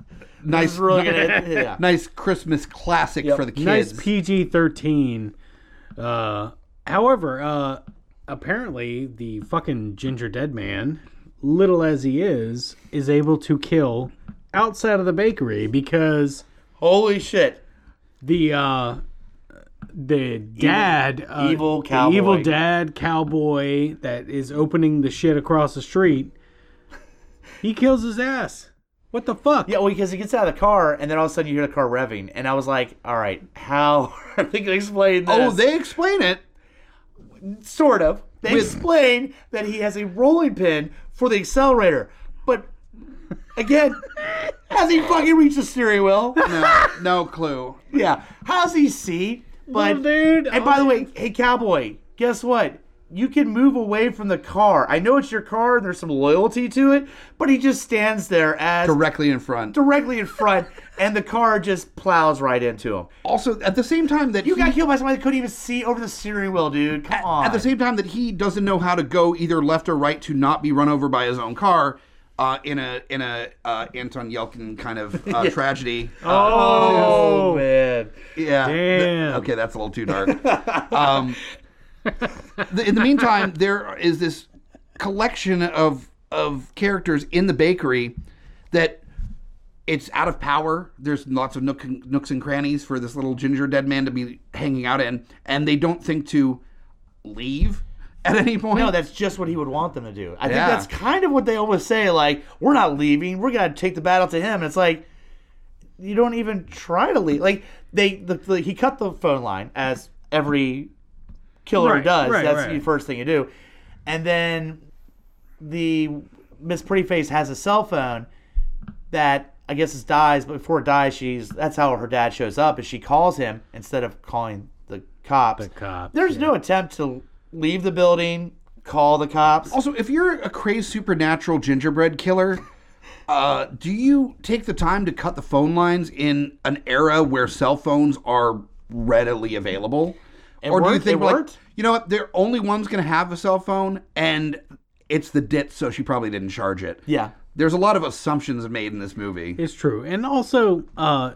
A: Nice,
C: It's really gonna. Yeah.
A: nice Christmas classic for the
B: Nice
A: kids.
B: PG thirteen. Uh, however, uh, apparently the fucking ginger dead man, little as he is, is able to kill outside of the bakery because
C: Holy shit!
B: the uh, the dad uh,
C: evil
B: the evil
C: cowboy.
B: dad cowboy that is opening the shit across the street. He kills his ass. What the fuck?
C: Yeah, well, because he gets out of the car, and then all of a sudden you hear the car revving, and I was like, all right, how <laughs> are they gonna explain this?
A: oh, they explain
C: <laughs>
A: it.
C: sort of. They explain that he has a rolling pin for the accelerator, but again, has he fucking reached the steering wheel?
A: No, no clue.
C: Yeah, how's he see? But
B: Well, dude,
C: and by the way, hey cowboy, guess what? You can move away from the car. I know it's your car, and there's some loyalty to it, but he just stands there as
A: Directly in front.
C: directly in front, and the car just plows right into him.
A: Also, at the same time that
C: You
A: he,
C: got killed by somebody that couldn't even see over the steering wheel, dude. Come on.
A: at the same time that he doesn't know how to go either left or right to not be run over by his own car. Uh, in a in a uh, Anton Yelkin kind of
C: <laughs>
A: uh, tragedy.
C: oh man.
A: Yeah. th-
B: Damn.
A: okay, that's a little too dark. um, th- in the meantime, there is this collection of of characters in the bakery that it's out of power. There's lots of nook and, nooks and crannies for this little ginger dead man to be hanging out in, and they don't think to leave at any point.
C: No, that's just what he would want them to do. I
A: Yeah.
C: think that's kind of what they always say. Like, we're not leaving. We're gonna take the battle to him. And it's like, you don't even try to leave. Like they, the, the, he cut the phone line as every killer
B: Right,
C: does.
B: right,
C: that's
B: right.
C: the first thing you do. And then the Miss Prettyface has a cell phone that I guess it dies. But before it dies, she's that's how her dad shows up. Is she calls him instead of calling the cops. The
B: cops,
C: There's no attempt to leave the building. Call the cops.
A: Also, if you're a crazed supernatural gingerbread killer, uh, do you take the time to cut the phone lines in an era where cell phones are readily available? or do you
C: worked,
A: think
C: it
A: like,
C: worked.
A: you know what? They're only one's going to have a cell phone, and it's the dit, so she probably didn't charge it.
C: Yeah. <laughs>
A: There's a lot of assumptions made in this movie.
B: It's true. And also, uh,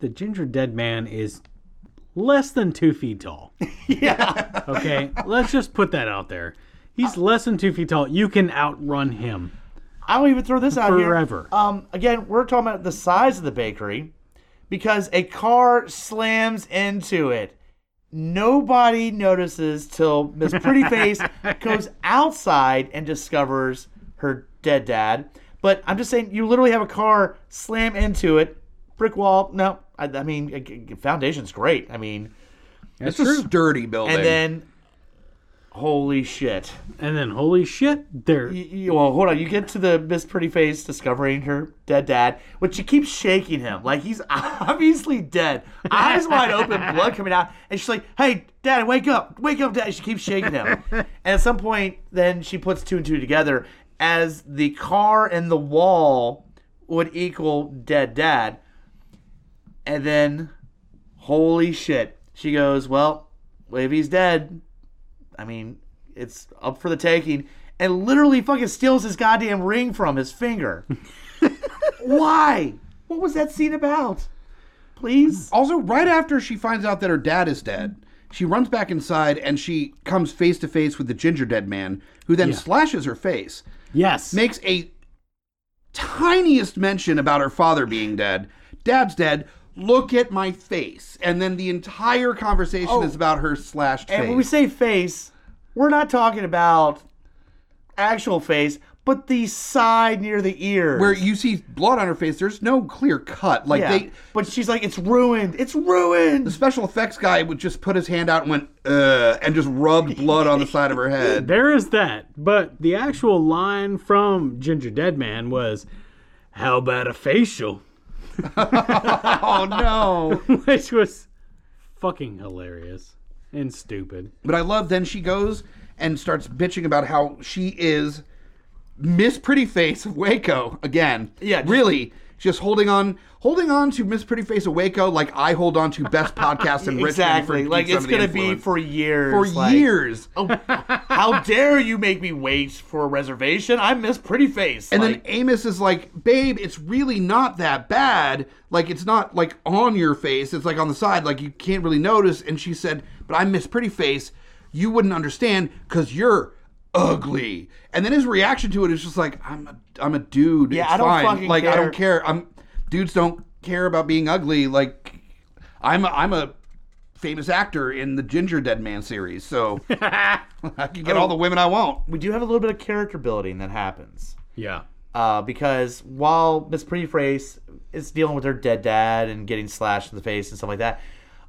B: the ginger dead man is less than two feet tall. yeah.
C: <laughs>
B: Okay. Let's just put that out there. He's less than two feet tall. You can outrun him.
C: I will even throw this out
B: Forever.
C: here. Um, again, we're talking about the size of the bakery because a car slams into it. Nobody notices till Miss Prettyface goes outside and discovers her dead dad. But I'm just saying, you literally have a car slam into it, brick wall. No, I, I mean, a- a- foundation's great. I mean,
A: It's a sturdy building.
C: and then, holy shit.
B: And then, holy shit, there.
C: Y- y- Well, hold on. You get to the Miss Pretty Face discovering her dead dad, which she keeps shaking him like he's <laughs> obviously dead, eyes wide open, blood coming out, and she's like, "Hey, Daddy, wake up, wake up, Daddy!" She keeps shaking him, and at some point, then she puts two and two together as the car and the wall would equal dead dad, and then, holy shit, she goes, "Well, if he's dead, I mean, it's up for the taking. And literally fucking steals his goddamn ring from his
A: <laughs>
C: finger. Why? What was that scene about? Please?
A: Also, right after she finds out that her dad is dead, she runs back inside and she comes face to face with the ginger dead man, who then slashes her face,
B: Yes.
A: makes a tiniest mention about her father being dead. Dad's dead. Look at my face. And then the entire conversation is about her slashed
C: Oh. And
A: face.
C: when we say face, we're not talking about actual face, but the side near the ear.
A: where you see blood on her face, there's no clear cut. Like
C: yeah.
A: they
C: But she's like, it's ruined. It's ruined.
A: the special effects guy would just put his hand out and went, uh, and just rubbed blood on the side of her head.
C: <laughs>
B: There is that. But the actual line from Ginger Dead Man was, How about a facial? <laughs>
A: Oh no.
B: Which was fucking hilarious and stupid.
A: But I love then she goes and starts bitching about how she is Miss Pretty Face of Waco again.
C: Yeah, just-
A: Really just holding on holding on to Miss Pretty Face of Waco like I hold on to
C: <laughs>
A: best podcast in Richmond.
C: exactly.
A: for
C: like,
A: Pizza
C: it's
A: Under the
C: going to be
A: Influence.
C: for years.
A: for
C: like,
A: years.
C: Oh, how dare you make me wait for a reservation? I miss Pretty Face.
A: And
C: like,
A: then Amos is like, "Babe, it's really not that bad. Like it's not like on your face. It's like on the side. Like you can't really notice." And she said, "But I miss pretty face. You wouldn't understand because you're ugly." And then his reaction to it is just like, "I'm a, I'm a dude.
C: Yeah,
A: it's
C: I don't
A: fine.
C: fucking
A: like I
C: care."
A: don't care. I'm dudes don't care about being ugly. Like I'm a, I'm a famous actor in the Ginger Dead Man series,
C: <laughs>
A: so I can get all the women I want."
C: we do have a little bit of character building that happens
B: Yeah.
C: uh, because while Miss Pretty Face is dealing with her dead dad and getting slashed in the face and stuff like that,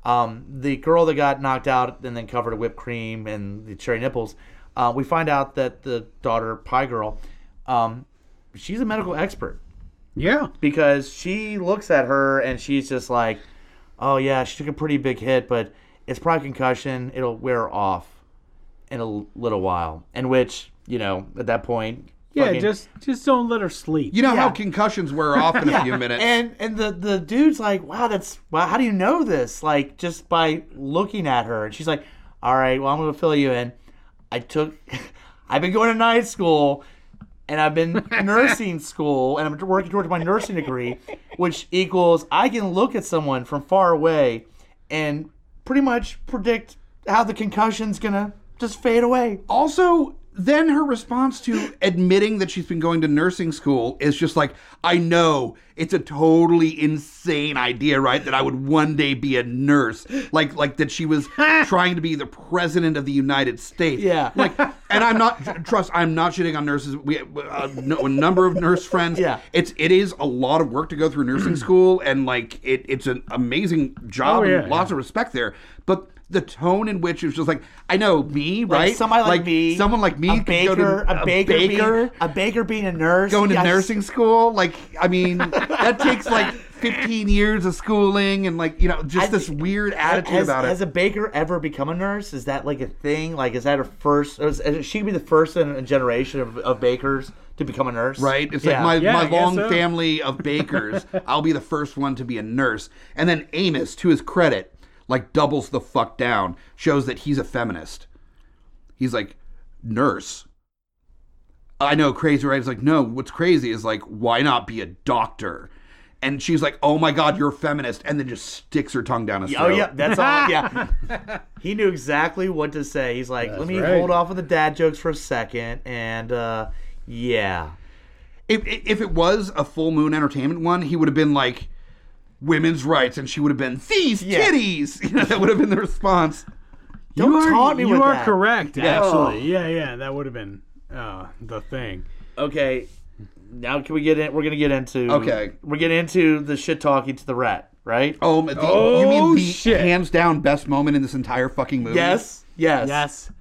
C: um, the girl that got knocked out and then covered in whipped cream and the cherry nipples, uh, we find out that the daughter Pie Girl, um, she's a medical expert
B: Yeah.
C: because she looks at her and she's just like, "Oh yeah, she took a pretty big hit, but it's probably concussion. It'll wear off in a l- little while." And which you know, at that point,
B: Yeah,
C: fucking-
B: just just don't let her sleep.
A: You know how
C: Yeah.
A: concussions wear off
C: <laughs>
A: in a few minutes.
C: and and the the dude's like, "Wow, that's wow. How do you know this? Like just by looking at her." And she's like, "All right, well, I'm gonna fill you in. I took, <laughs> I've been going to night school." And
A: <laughs>
C: I've been nursing school, and I'm working towards my nursing degree, which equals I can look at someone from far away and pretty much predict how the concussion's gonna just fade away.
A: Also, then her response to admitting that she's been going to nursing school is just like, I know it's a totally insane idea, right? That I would one day be a nurse. Like like that she was trying to be the president of the United States.
C: Yeah.
A: Like and I'm not tr- trust I'm not shitting on nurses. We uh, know a number of nurse friends.
C: Yeah.
A: It's it is a lot of work to go through nursing school and like it it's an amazing job
B: Oh, yeah,
A: and lots of respect there. But the tone in which it was just like, I know me, right?
C: Somebody like, me,
A: Someone like me
C: a
A: could
C: baker,
A: go to
C: a, baker, being, a baker being a nurse,
A: going to
C: Yes.
A: nursing school. Like, I mean, that takes like
C: <laughs>
A: 15 years of schooling and like, you know, just
C: I-
A: this weird attitude
C: has,
A: about
C: Has
A: it.
C: a baker ever become a nurse? Is that like a thing? Like, is that her first? Is, is she gonna be the first in a generation of, of bakers to become a nurse?
A: Right? It's like
C: Yeah.
A: my,
B: Yeah, I
A: my
B: guess
A: long
B: so.
A: family
B: <laughs>
A: of bakers. I'll be the first one to be a nurse. And then Amos, to his credit, like doubles the fuck down, shows that he's a feminist. He's like, nurse. I know, crazy, right? It's like, no, what's crazy is like, why not be a doctor? and she's like, "Oh my God, you're a feminist," and then just sticks her tongue down his
C: Oh
A: throat. <laughs>
C: yeah, that's all. Yeah, he knew exactly what to say. He's like, "Let me
D: right.
C: hold off on the dad jokes for a second, and uh, yeah,
A: If, if it was a full moon entertainment one, he would have been like, "Women's rights," and she would have been these
C: Yeah.
A: titties. <laughs> You know, that would have been the response.
C: don't
B: you are,
C: taunt me
B: you
C: with
B: are
C: that."
B: correct,
C: Oh.
B: actually. Yeah, yeah, that would have been uh, the thing.
C: Okay, now can we get in? We're gonna get into
A: Okay.
C: We're getting into the shit talking to the rat, right?
A: Oh, the, you
D: Oh,
A: mean the
D: shit.
A: hands down best moment in this entire fucking movie?
C: Yes, yes,
B: Yes.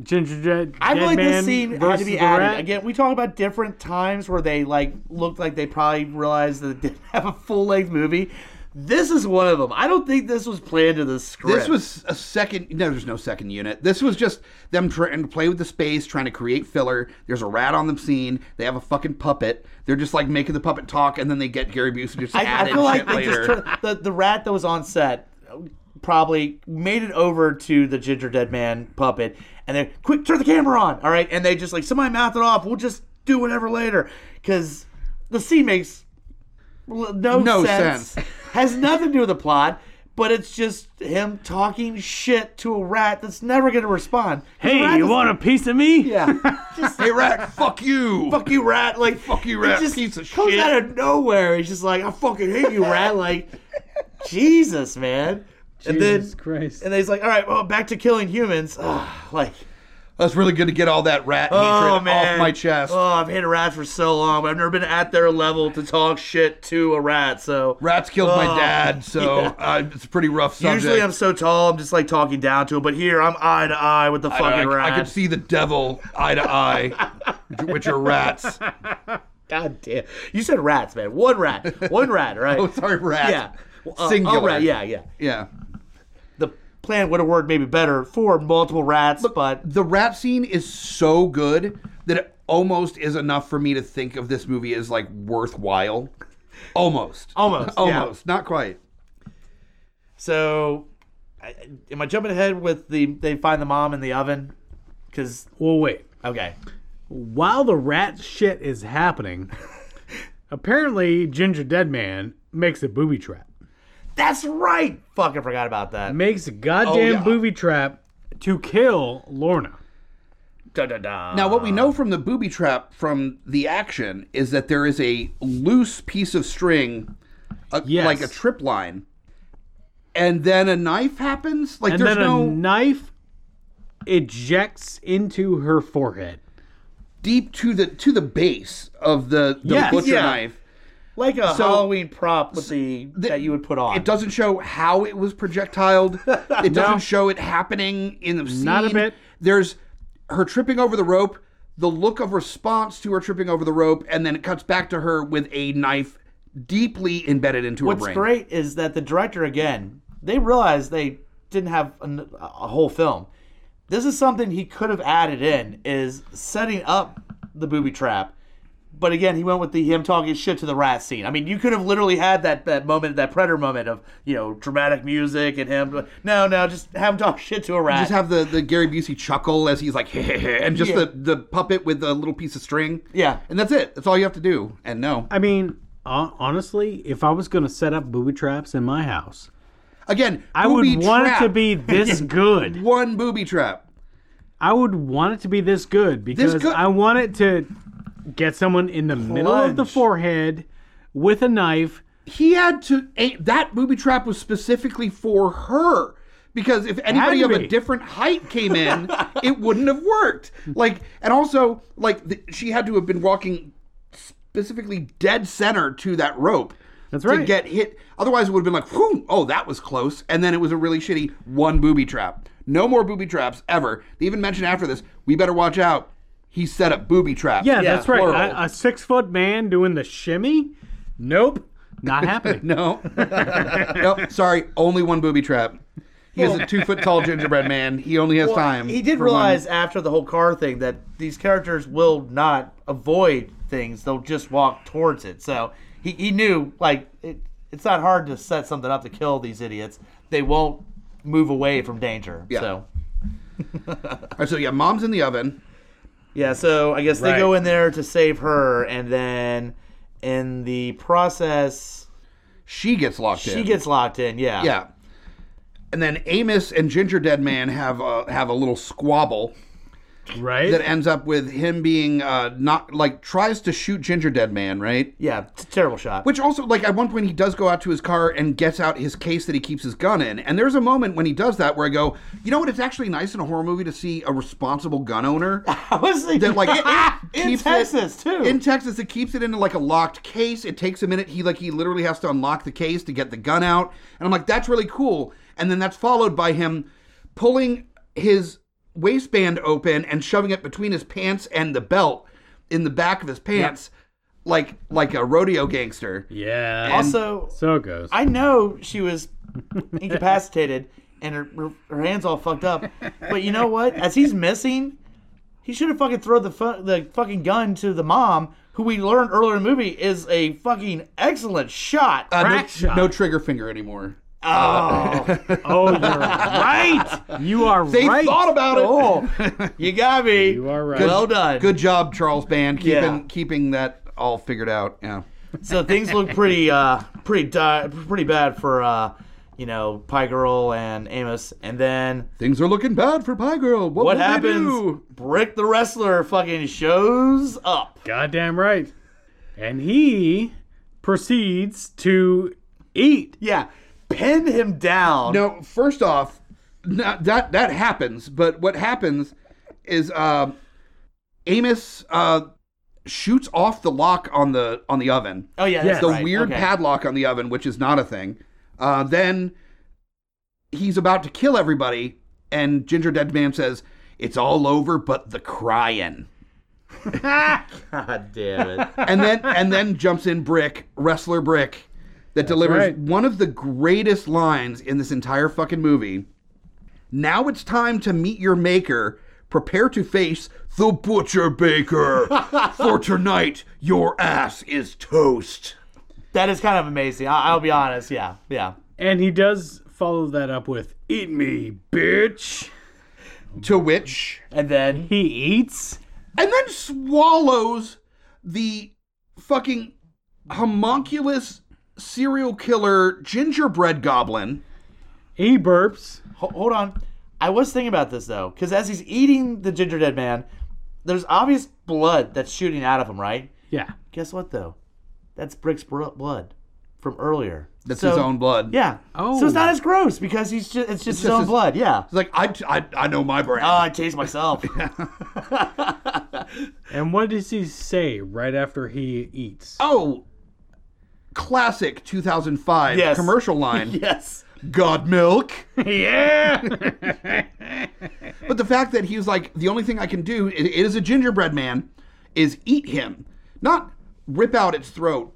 B: Ginger Dead.
C: I feel
B: dead
C: like this
B: man
C: scene had to
B: versus
C: be
B: the
C: added.
B: rat.
C: Again, we talk about different times where they like looked like they probably realized that they didn't <laughs> have a full length movie. This is one of them. I don't think this was planned in the script.
A: This was a second. No, there's no second unit. This was just them trying to play with the space, trying to create filler. There's a rat on the scene. They have a fucking puppet. They're just like making the puppet talk, and then they get Gary Busey just
C: I,
A: added
C: I feel like
A: shit
C: they
A: later.
C: just turned, the the rat that was on set probably made it over to the ginger dead man puppet, and they quick turn the camera on. All right, and they just like somebody mouth it off. We'll just do whatever later because the scene makes l- no,
A: No
C: sense.
A: sense.
C: <laughs> Has nothing to do with the plot. But it's just him talking shit to a rat that's never going to respond.
B: Hey, you want a piece of me?
C: Yeah. Just
A: <laughs> hey rat, fuck you.
C: fuck you, rat. Like, fuck
A: you, rat, piece of
C: comes
A: shit.
C: out of nowhere. He's just like, I fucking hate you, <laughs> rat. Like, Jesus, man. and then,
B: Jesus Christ.
C: and then he's like, all right, well, back to killing humans. Ugh, like,
A: That's really good to get all that rat hatred
C: oh man,
A: off my chest.
C: Oh, I've hated rats for so long, but I've never been at their level to talk shit to a rat. So
A: Rats killed my
C: Oh,
A: dad, so
C: yeah.
A: uh, it's a pretty rough subject.
C: usually I'm so tall, I'm just like talking down to him. But here, I'm eye to eye with the
A: I-
C: fucking
A: I,
C: rat.
A: I could see the devil eye to eye, which are rats.
C: <laughs> God damn, you said rats, man. One rat, one rat, <laughs>
A: <laughs>
C: right?
A: Oh, sorry, rat.
C: Yeah, Uh, a
A: Singular.
C: rat, yeah, yeah.
A: Yeah.
C: the plan would have worked maybe better for multiple rats, but
A: The rat scene is so good that it almost is enough for me to think of this movie as like worthwhile. Almost.
C: almost, yeah.
A: <laughs> Almost. Not quite.
C: So, I, am I jumping ahead with the they find the mom in the oven? Because
B: Well, wait.
C: okay,
B: While the rat shit is happening, apparently Ginger Dead Man makes a booby trap.
C: that's right. Fucking forgot about that.
B: Makes a goddamn
A: Oh, yeah.
B: booby trap to kill Lorna.
C: Da, da, da.
A: Now, what we know from the booby trap from the action is that there is a loose piece of string, a,
B: Yes.
A: like a trip line, and then a knife happens. Like
B: And
A: there's
B: then
A: no
B: a knife ejects into her forehead.
A: deep to the to the base of the, the
B: Yes.
A: butcher
C: Yeah.
A: knife.
C: like a
A: so-
C: Halloween prop with the, that you would put on.
A: It doesn't show how it was
B: <laughs>
A: projectiled. It doesn't show it happening in the scene.
B: Not a bit.
A: There's her tripping over the rope, the look of response to her tripping over the rope, and then it cuts back to her with a knife deeply embedded into
C: What's
A: her brain.
C: great is that the director again, they realized they didn't have an, a whole film. This is something he could have added in is setting up the booby trap. But again, he went with the him talking shit to the rat scene. I mean, you could have literally had that that moment, that predator moment of you know dramatic music and him. No, no, just have him talk shit to a rat.
A: Just have the, the Gary Busey chuckle as he's like, <laughs> and just
C: Yeah.
A: the, the puppet with the little piece of string.
C: yeah,
A: And that's it. That's all you have to do. And no.
B: I mean, hon- honestly, if I was going to set up booby traps in my house,
A: Again,
B: I
A: booby
B: would want it to
A: trap. <laughs>
B: be this good.
A: one booby trap.
B: I would want it to be this good because
A: good-
B: I want it to get someone in the middle of the
C: Plunge.
B: forehead with a knife.
A: he had to a- that booby trap was specifically for her because if anybody
B: to
A: of a
B: be.
A: different height came
B: <laughs>
A: in it wouldn't have worked like and also like the, she had to have been walking specifically dead center to that rope
B: That's
A: to
B: right.
A: get hit otherwise it would have been like whew, oh that was close and then it was a really shitty one booby trap no more booby traps ever they even mentioned after this we better watch out he set up booby traps
B: Yeah, that's right.
A: plural.
B: A, a six foot man doing the shimmy? Nope.
A: <laughs>
B: Not happening.
C: <laughs>
A: No. nope. Sorry. Only one booby trap. He is a two foot tall gingerbread man. He only has time.
C: Oh. He did
A: for
C: realize
A: one-
C: after the whole car thing that these characters will not avoid things; they'll just walk towards it. So he, he knew like it, it's not hard to set something up to kill these idiots. They won't move away from danger.
A: Yeah.
C: So
A: All right, so yeah, mom's in the oven.
C: yeah. So I guess they
B: Right.
C: go in there to save her, and then in the process,
A: She gets locked in.
C: she gets locked in. Yeah.
A: Yeah. And then Amos and Ginger Dead Man have a, have a little squabble
B: right?
A: that ends up with him being uh, not like tries to shoot Ginger Dead Man, right?
C: Yeah. It's a terrible shot.
A: Which also, like, at one point he does go out to his car and gets out his case that he keeps his gun in. And there's a moment when he does that where I go, you know what? It's actually nice in a horror movie to see a responsible gun owner
C: <laughs> I was thinking
A: that, <laughs>
C: <laughs>
A: like,
C: in
A: keeps it-
C: Texas too.
A: In Texas, it keeps it into like a locked case. It takes a minute. He like he literally has to unlock the case to get the gun out. And I'm like, that's really cool. And then that's followed by him pulling his waistband open and shoving it between his pants and the belt in the back of his pants, like like a rodeo gangster.
B: yeah.
C: also,
B: so it goes.
C: I know
B: <laughs>
C: she was incapacitated and her, her, her hands all fucked up, but you know what? As he's missing, he should have fucking thrown the fu- the fucking gun to the mom, who we learned earlier in the movie is a fucking excellent shot.
A: Uh, no-
B: Crack shot.
A: No trigger finger anymore.
C: oh,
A: <laughs>
B: oh, you're right. You are
A: They
B: right.
A: thought about it.
C: oh, you got me.
B: <laughs> You are right.
C: Well
A: <laughs>
C: done.
A: Good job, Charles Band, keeping
C: Yeah.
A: keeping that all figured out. Yeah.
C: So things look
A: <laughs>
C: pretty, uh, pretty, di- pretty bad for, uh, you know, Pie Girl and Amos, and then
A: Things are looking bad for Pie Girl. What,
C: what
A: will they
C: happens?
A: do?
C: Brick the wrestler fucking shows up.
B: Goddamn right. And he proceeds to eat.
C: Yeah, pin him down.
A: No, first off, no- that that happens. But what happens is uh, Amos uh, shoots off the lock on the on the oven,
C: Oh yeah, that's
B: Yeah.
A: the
C: right.
A: weird
C: okay.
A: padlock on the oven, which is not a thing. Uh, then he's about to kill everybody, and Ginger Dead Man says, "It's all over, but the crying."
C: God damn it.
A: and then and then jumps in Brick, wrestler Brick, that delivers
B: right.
A: one of the greatest lines in this entire fucking movie. Now it's time to meet your maker. Prepare to face the butcher
C: <laughs>
A: baker. For tonight, your ass is toast.
C: <laughs> that is kind of amazing. I- I'll be honest. Yeah, yeah.
B: And he does follow that up with eat me, bitch.
A: To which,
C: And then
B: He eats.
A: and then swallows the fucking homunculus serial killer gingerbread goblin.
B: He burps.
C: ho- hold on. I was thinking about this though, because as he's eating the ginger dead man, there's obvious blood that's shooting out of him, right?
B: Yeah.
C: Guess what though? That's Brick's bro- blood from earlier.
A: That's
C: So-
A: his own blood.
C: Yeah.
B: Oh.
C: So it's not as gross because he's just it's just his
A: just
C: own
A: his-
C: blood. Yeah.
A: It's like I, I, I know my brand.
C: Oh, I
A: <laughs>
C: taste myself.
B: And what does he say right after he
A: <laughs>
B: eats?
A: oh, classic 2005
C: Yes. <laughs>
A: commercial line.
C: yes.
A: God milk.
B: yeah.
A: But the fact that he was like, the only thing I can do it, it is a gingerbread man, is eat him, not rip out its throat,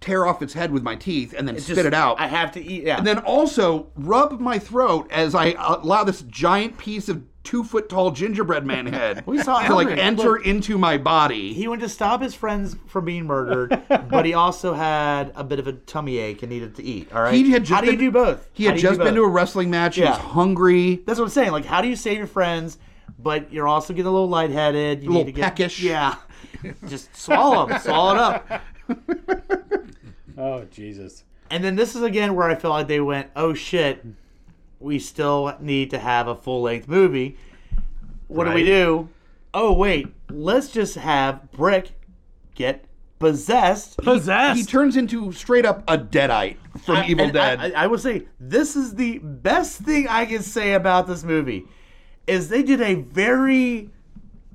A: tear off its head with my teeth, and then spit
C: Just-
A: it out.
C: I have to eat. Yeah.
A: and then also rub my throat as I allow this giant piece of two foot tall gingerbread man head
C: <laughs> We saw
A: to like
C: Elric.
A: enter into my body.
C: he went to stop his friends from being
A: <laughs>
C: murdered, but he also had a bit of a tummy ache and needed to eat. All right.
A: He had just
C: how do you
A: been-
C: do both?
A: He had just been to a wrestling match. He
C: Yeah.
A: was hungry.
C: That's what I'm saying. Like, how do you save your friends, but you're also getting a little lightheaded? You
A: little
C: need to get,
A: peckish.
C: Yeah. just swallow
A: <laughs>
C: them. Swallow it up.
B: oh, Jesus.
C: And then this is again where I feel like they went, oh shit, we still need to have a full length movie. What do we
B: Right.
C: do? Oh, wait, let's just have Brick get possessed.
B: Possessed.
A: He turns into straight up a deadite from Evil
C: And
A: Dead.
C: I, I, I will say this is the best thing I can say about this movie is they did a very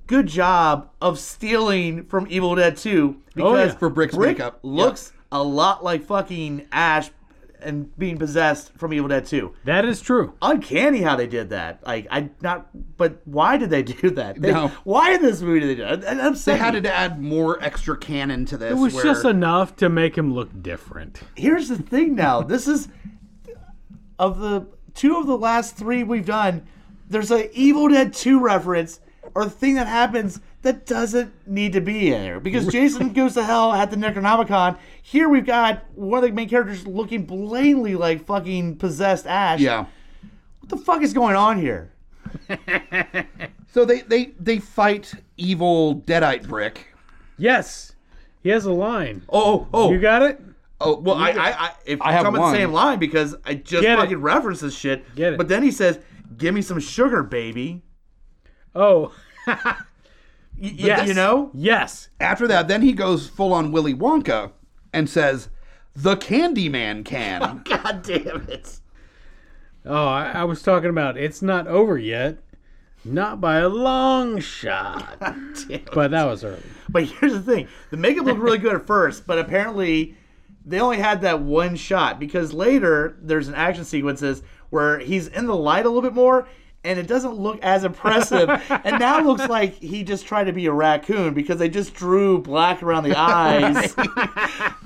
C: good job of stealing from Evil Dead 2 because
B: yeah.
A: For Brick's
C: Brick
A: makeup. Oh, Yeah.
C: looks a lot like fucking Ash and being possessed from Evil Dead 2.
B: that is true.
C: Uncanny how they did that. Like I not but why did they <laughs> do that? They-
A: No.
C: Why in this movie did they do that? And I'm
A: they
C: saying
A: had to add more extra canon to this.
B: It was
A: where
B: just enough to make him look different.
C: here's the thing now this is of the two of the last three we've done there's a evil dead 2 reference or thing that happens that doesn't need to be in there because jason goes to hell at the necronomicon here we've got one of the main characters looking blatantly like fucking possessed ash
A: yeah.
C: what the fuck is going on here
A: So they they they fight evil deadite Brick.
B: Yes. He has a line.
A: Oh, oh,
B: You got it?
A: Oh well, I, I, I if I
D: have
A: have come
D: one.
A: the
C: Same
A: same
C: line because I just
B: Get it.
C: fucking reference this shit.
B: Get it.
C: But then he says, "Give me some sugar, baby."
B: Oh,
C: Y-
B: <laughs>
C: y-
B: yes. <laughs>
C: You know,
B: Yes.
A: after that, then he goes full on Willy Wonka and says, "The Candyman <laughs> can."
C: God damn it.
B: Oh, I, I was talking about it's not over yet. Not by a long <laughs> shot. but that was early.
C: But here's the thing: the makeup looked really good at first, but apparently they only had that one shot because later there's an action sequences where he's in the light a little bit more, and it doesn't look as impressive. and now it looks like he just tried to be a raccoon because they just drew black around the eyes.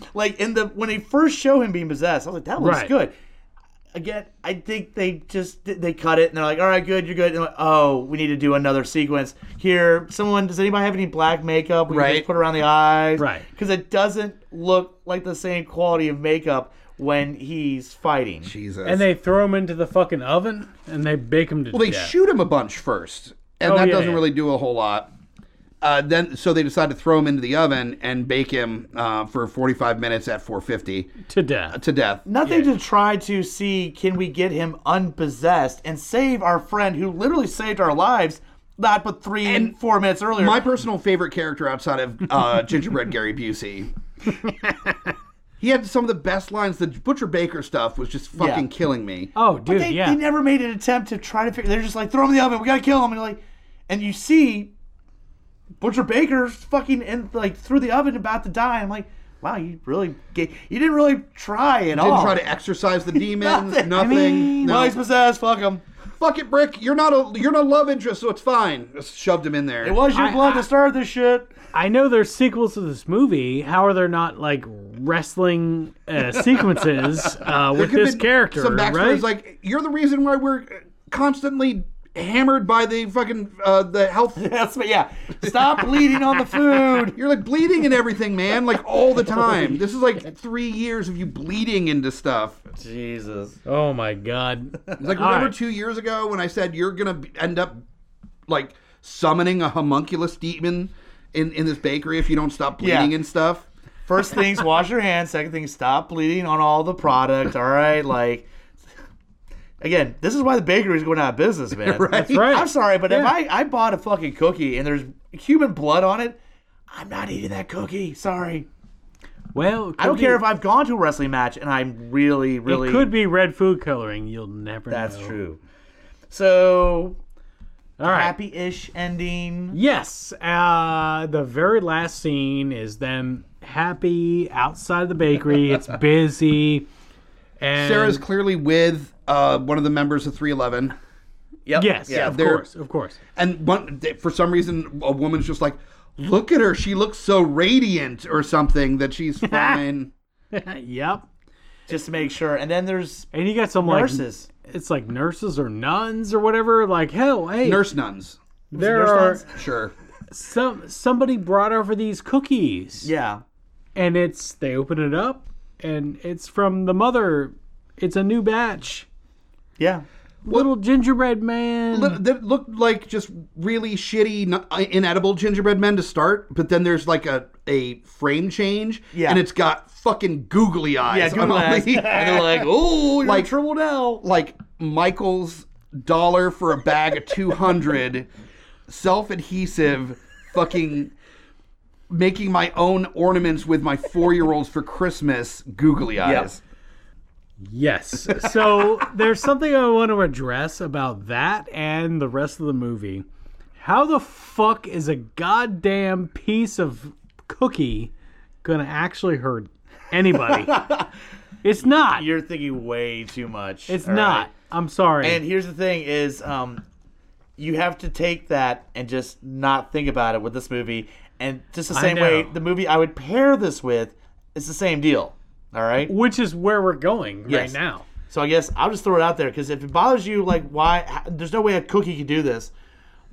C: <laughs> like in the when they first show him being possessed, I was like, that looks
B: Right.
C: good. Again, I think they just they cut it and they're like, "All right, good, you're good." And they're like, oh, we need to do another sequence here. Someone, does anybody have any black makeup? We can
A: Right.
C: just put around the eyes,
B: Right.
C: Because it doesn't look like the same quality of makeup when he's fighting.
A: Jesus.
B: And they throw him into the fucking oven and they bake him to
A: well, they
B: death.
A: shoot him a bunch first, and
B: Oh,
A: that
B: yeah,
A: doesn't
B: yeah.
A: really do a whole lot. Uh, then, so they decide to throw him into the oven and bake him uh, for 45 minutes at 450
B: to death.
A: to death.
C: Nothing to try to see can we get him unpossessed and save our friend who literally saved our lives not but three and four minutes earlier.
A: My personal favorite character outside of
B: <laughs>
A: uh, Gingerbread Gary Busey. he had some of the best lines. The Butcher Baker stuff was just fucking
C: Yeah.
A: killing me.
B: Oh, dude,
C: they,
B: yeah.
C: they never made an attempt to try to figure. They're just like throw him in the oven. We gotta kill him. And you're like, and you see Butcher Baker's fucking in like through the oven about to die. I'm like, wow, you really ga- you didn't really try at
A: Didn't
C: all.
A: try
C: <laughs>
A: to exercise
B: <laughs>
A: the demons.
C: Nothing.
A: nothing. no.
C: Well, he's possessed. Fuck him.
A: Fuck it, Brick. You're not a you're not a love interest, so it's fine. Just shoved him in there.
C: It was your
B: I-
C: blood
B: I-
C: that started this shit. <laughs>
B: I know there's sequels to this movie. How are there not like wrestling uh, <laughs> sequences uh, with
A: Could've
B: this
A: been
B: character?
A: Some backstory
B: right?
A: is like you're the reason why we're constantly hammered by the fucking uh, the health.
C: That's but yeah. Stop bleeding on
B: <laughs>
C: the food.
A: You're like bleeding and everything, man. Like all the time. This is like three years of you bleeding into stuff.
C: Jesus.
B: oh my <laughs> god.
A: It's like remember
B: right.
A: two years ago when I said you're gonna be- end up like summoning a homunculus demon in in this bakery if you don't stop bleeding
C: Yeah.
A: and stuff.
C: First things, wash your hands. Second thing, stop bleeding on all the product. All right, like. Again, this is why the bakery's going out of business, man.
A: That's
B: right.
C: I'm sorry, but if I, I bought a fucking cookie and there's human blood on it, I'm not eating that cookie. Sorry.
B: Well,
C: I don't care if I've gone to a wrestling match and I'm really, really.
B: It could be red food coloring. You'll never know.
C: That's true. So,
B: All right.
C: happy ish ending.
B: Yes. Uh, the very last scene is them happy outside the bakery.
C: <laughs>
B: it's busy. And
A: Sarah's clearly with uh, one of the members of 311,
C: Yep.
B: Yes.
C: Yeah.
B: of
A: they're-
B: course. Of course. <laughs>
A: and one for some reason a woman's just like, look at her, she looks so radiant or something that
C: <laughs>
A: she's fine.
B: yep.
C: Just to make sure. And then there's
B: And you got some like
C: nurses.
B: It's like nurses or nuns or whatever. Like, hell, hey,
A: Nurse nuns,
B: there
C: nurse
B: are
C: nuns?
A: sure.
B: some somebody brought over these cookies.
C: Yeah.
B: and it's they open it up and it's from the mother it's a new batch
C: Yeah.
B: little gingerbread man
A: Li- That looked like just really shitty, n- uh, inedible gingerbread men to start, but then there's like a, a frame change,
C: Yeah.
A: and it's got fucking googly <laughs> eyes.
C: Yeah,
A: on
C: good
A: all
B: <laughs>
C: last.
A: these-
C: <laughs> And they're like, oh, you're like,
A: Like-
C: trouble now.
A: like Michael's dollar for a bag of 200 self adhesive fucking making my own ornaments with my four year olds for Christmas googly eyes.
B: yes so there's something i want to address about that and the rest of the movie how the fuck is a goddamn piece of cookie gonna actually hurt anybody it's not
C: You're thinking way too much.
B: it's
C: all
B: not
C: right?
B: i'm sorry
C: And here's the thing: is um, you have to take that and just not think about it with this movie. And just the
B: I
C: same way,
B: know.
C: the movie I would pair this with is the same deal. All right.
B: which is where we're going
C: Yes.
B: right now
C: So I guess I'll just throw it out there because if it bothers you, like why? h- There's no way a cookie can do this.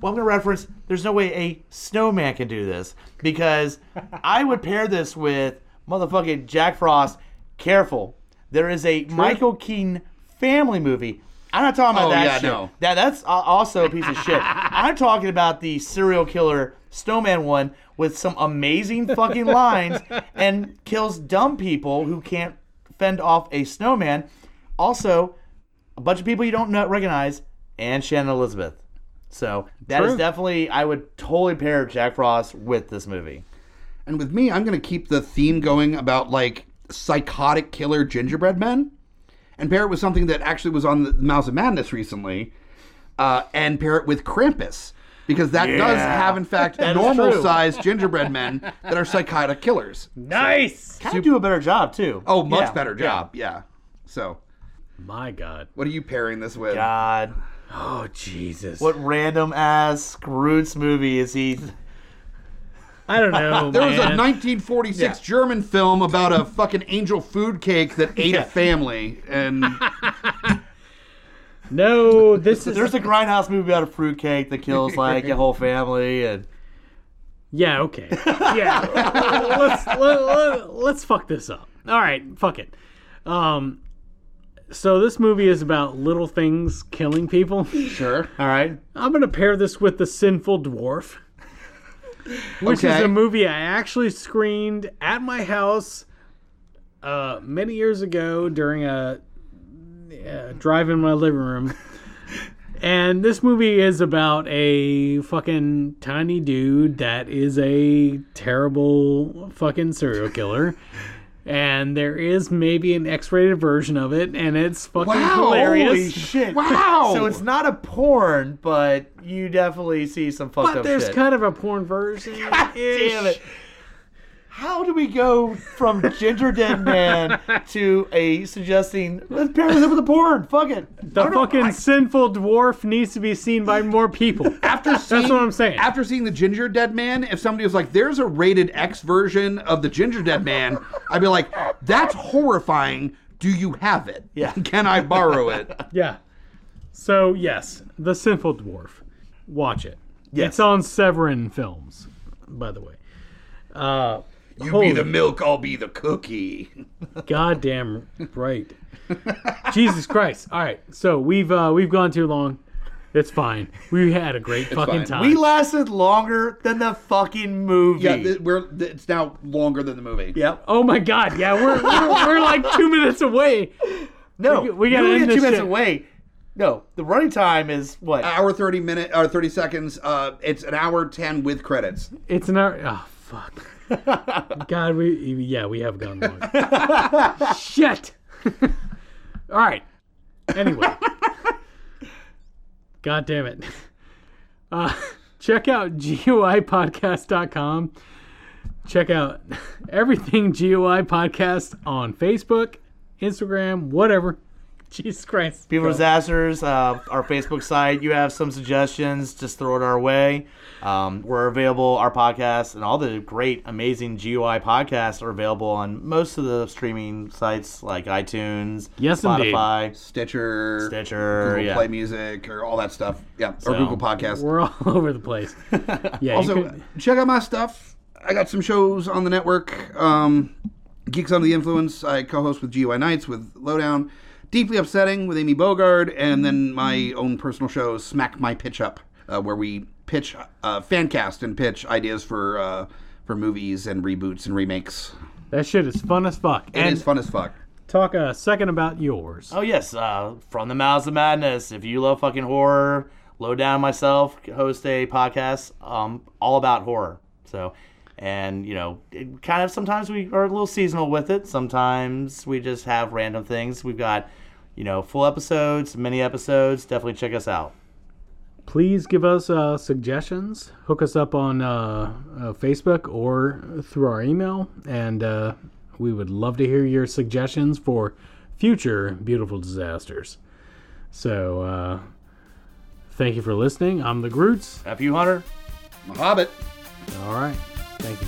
C: Well, I'm gonna reference. There's no way a snowman can do this because I would pair this with motherfucking Jack Frost. Careful, there is a Michael Keaton family movie. I'm not talking about
A: Oh,
C: that
A: yeah,
C: shit.
A: no. <laughs>
C: That that's a- also a piece of shit. I'm talking about the serial killer Snowman one with some amazing fucking lines and kills dumb people who can't fend off a snowman. Also, a bunch of people you don't know, recognize, and Shannon Elizabeth. So that is
B: True.
C: definitely I would totally pair Jack Frost with this movie.
A: And with me, I'm going to keep the theme going about like psychotic killer gingerbread men and pair it with something that actually was on the Mouths of Madness recently uh, and pair it with Krampus because that does
C: Yeah.
A: have, in
C: <laughs>
A: fact,
C: is
A: normal
C: true.
A: sized gingerbread men that are psychotic killers.
B: Nice.
C: Kind of do a better job too.
A: Oh, much
C: Yeah,
A: better
C: yeah.
A: job. Yeah. So,
B: My God.
A: what are you pairing this with?
C: God,
B: Oh Jesus.
C: what random ass Scrooge movie is he?
B: I don't know.
A: There was a
B: man.
A: 1946 German film about a fucking angel food cake
C: <laughs>
A: that ate a family, and
B: No, this is
C: There's <laughs> a grindhouse movie about a fruitcake that kills like a whole family and
B: Yeah, okay. Yeah. let's let, let, us fuck this up. All right, fuck it. Um so this movie is about little things killing people.
A: sure,
C: all right.
B: I'm going to pair this with The Sinful Dwarf, which
A: Okay.
B: is a movie I actually screened at my house uh many years ago during a uh, drive in my living
A: <laughs>
B: room. And this movie is about a fucking tiny dude that is a terrible fucking serial killer. And there is maybe an X-rated version of it, and it's fucking
A: Wow,
B: hilarious.
C: Holy shit!
A: Wow.
C: So it's not a porn, but you definitely see some fucked
B: but
C: up
B: there's
C: shit.
B: kind of a porn version. <laughs>
C: Damn it! How do we go from Ginger Dead Man to a suggesting let's pair this up with a porn? Fuck it.
B: The fucking sinful dwarf needs to be seen by more people.
A: After seeing,
B: what I'm saying.
A: After seeing the Ginger Dead Man, if somebody was like, "There's a rated X version of the Ginger Dead
C: <laughs>
A: Man," I'd be like, "That's horrifying. Do you have it?
C: Yeah.
A: <laughs> Can I borrow
C: <laughs>
A: it?"
B: yeah. So yes, the sinful dwarf. Watch it.
C: Yes.
B: It's on Severin Films, by the way. Uh,
A: You
B: Holy-
A: be the milk, I'll be the cookie.
B: goddamn right. Jesus Christ! All right, so we've uh, we've gone too long. It's fine. We had a great
A: fine.
B: fucking time.
C: We lasted longer than the fucking movie.
A: Yeah, th- we're th- it's now longer than the movie.
C: yep.
B: oh my god! Yeah, we're we're, we're like two minutes away.
C: No,
B: We- we gotta
C: you only
B: end
C: get
B: this
C: two minutes
B: shit. Ah,
C: away. No, the running time is what?
A: Hour thirty minute or thirty seconds. Uh, it's an hour ten with credits.
B: It's an hour. Oh fuck.
A: <laughs>
B: God, we yeah, we have gone long. Shit. <laughs> All right.
A: <laughs>
B: Anyway. God damn it. Uh, check out goipodcast.com. Check out everything GOI podcast on Facebook, Instagram, whatever. <laughs> Jesus Christ.
C: People Disasters, uh, our Facebook site. You have some suggestions, just throw it our way. Um, we're available, our podcast, and all the great, amazing GUI podcasts are available on most of the streaming sites like iTunes,
B: Yes, indeed.
C: Spotify,
A: Stitcher,
C: Stitcher,
A: Google
C: yeah.
A: Play Music, or all that stuff. Yeah, or Google Podcast.
B: We're all over
A: <laughs>
B: the place. Yeah. you
A: Also,
B: could-
A: check out my stuff. I got some shows on the network. Um, Geeks Under the Influence. I co-host with GUI Nights with Lowdown. Deeply upsetting with Amy Bogard, and then my own personal show, Smack My Pitch Up, uh, where we pitch uh, fan cast and pitch ideas for uh, for movies and reboots and remakes.
B: that shit is fun as fuck.
A: It is
B: and
A: fun as fuck.
B: talk a second about yours.
C: Oh yes, uh, from the mouths of madness. If you love fucking horror, low down myself host a podcast um, all about horror. So, and you know, it kind of sometimes we are a little seasonal with it. Sometimes we just have random things. We've got, you know, full episodes, mini episodes. Definitely check us out.
B: please give us uh, suggestions. Hook us up on uh, uh, Facebook or through our email, and uh, we would love to hear your suggestions for future beautiful disasters. So, uh, thank you for listening. I'm the Groots.
C: F you, Hunter.
A: I'm a hobbit.
B: All right, thank you.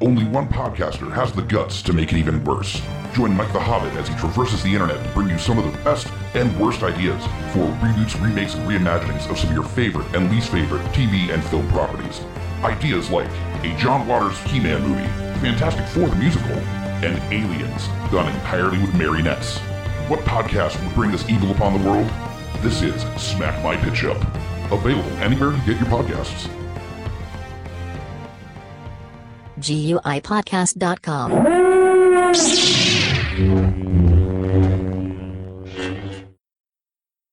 E: only one podcaster has the guts to make it even worse. Join Mike the Hobbit as he traverses the internet to bring you some of the best and worst ideas for reboots, remakes, and reimaginings of some of your favorite and least favorite TV and film properties. Ideas like a John Waters He Man movie, Fantastic Four the musical, and Aliens done entirely with marionettes. What podcast would bring this evil upon the world? This is Smack My Pitch Up, available anywhere you get your podcasts.
F: GUIPodcast.com.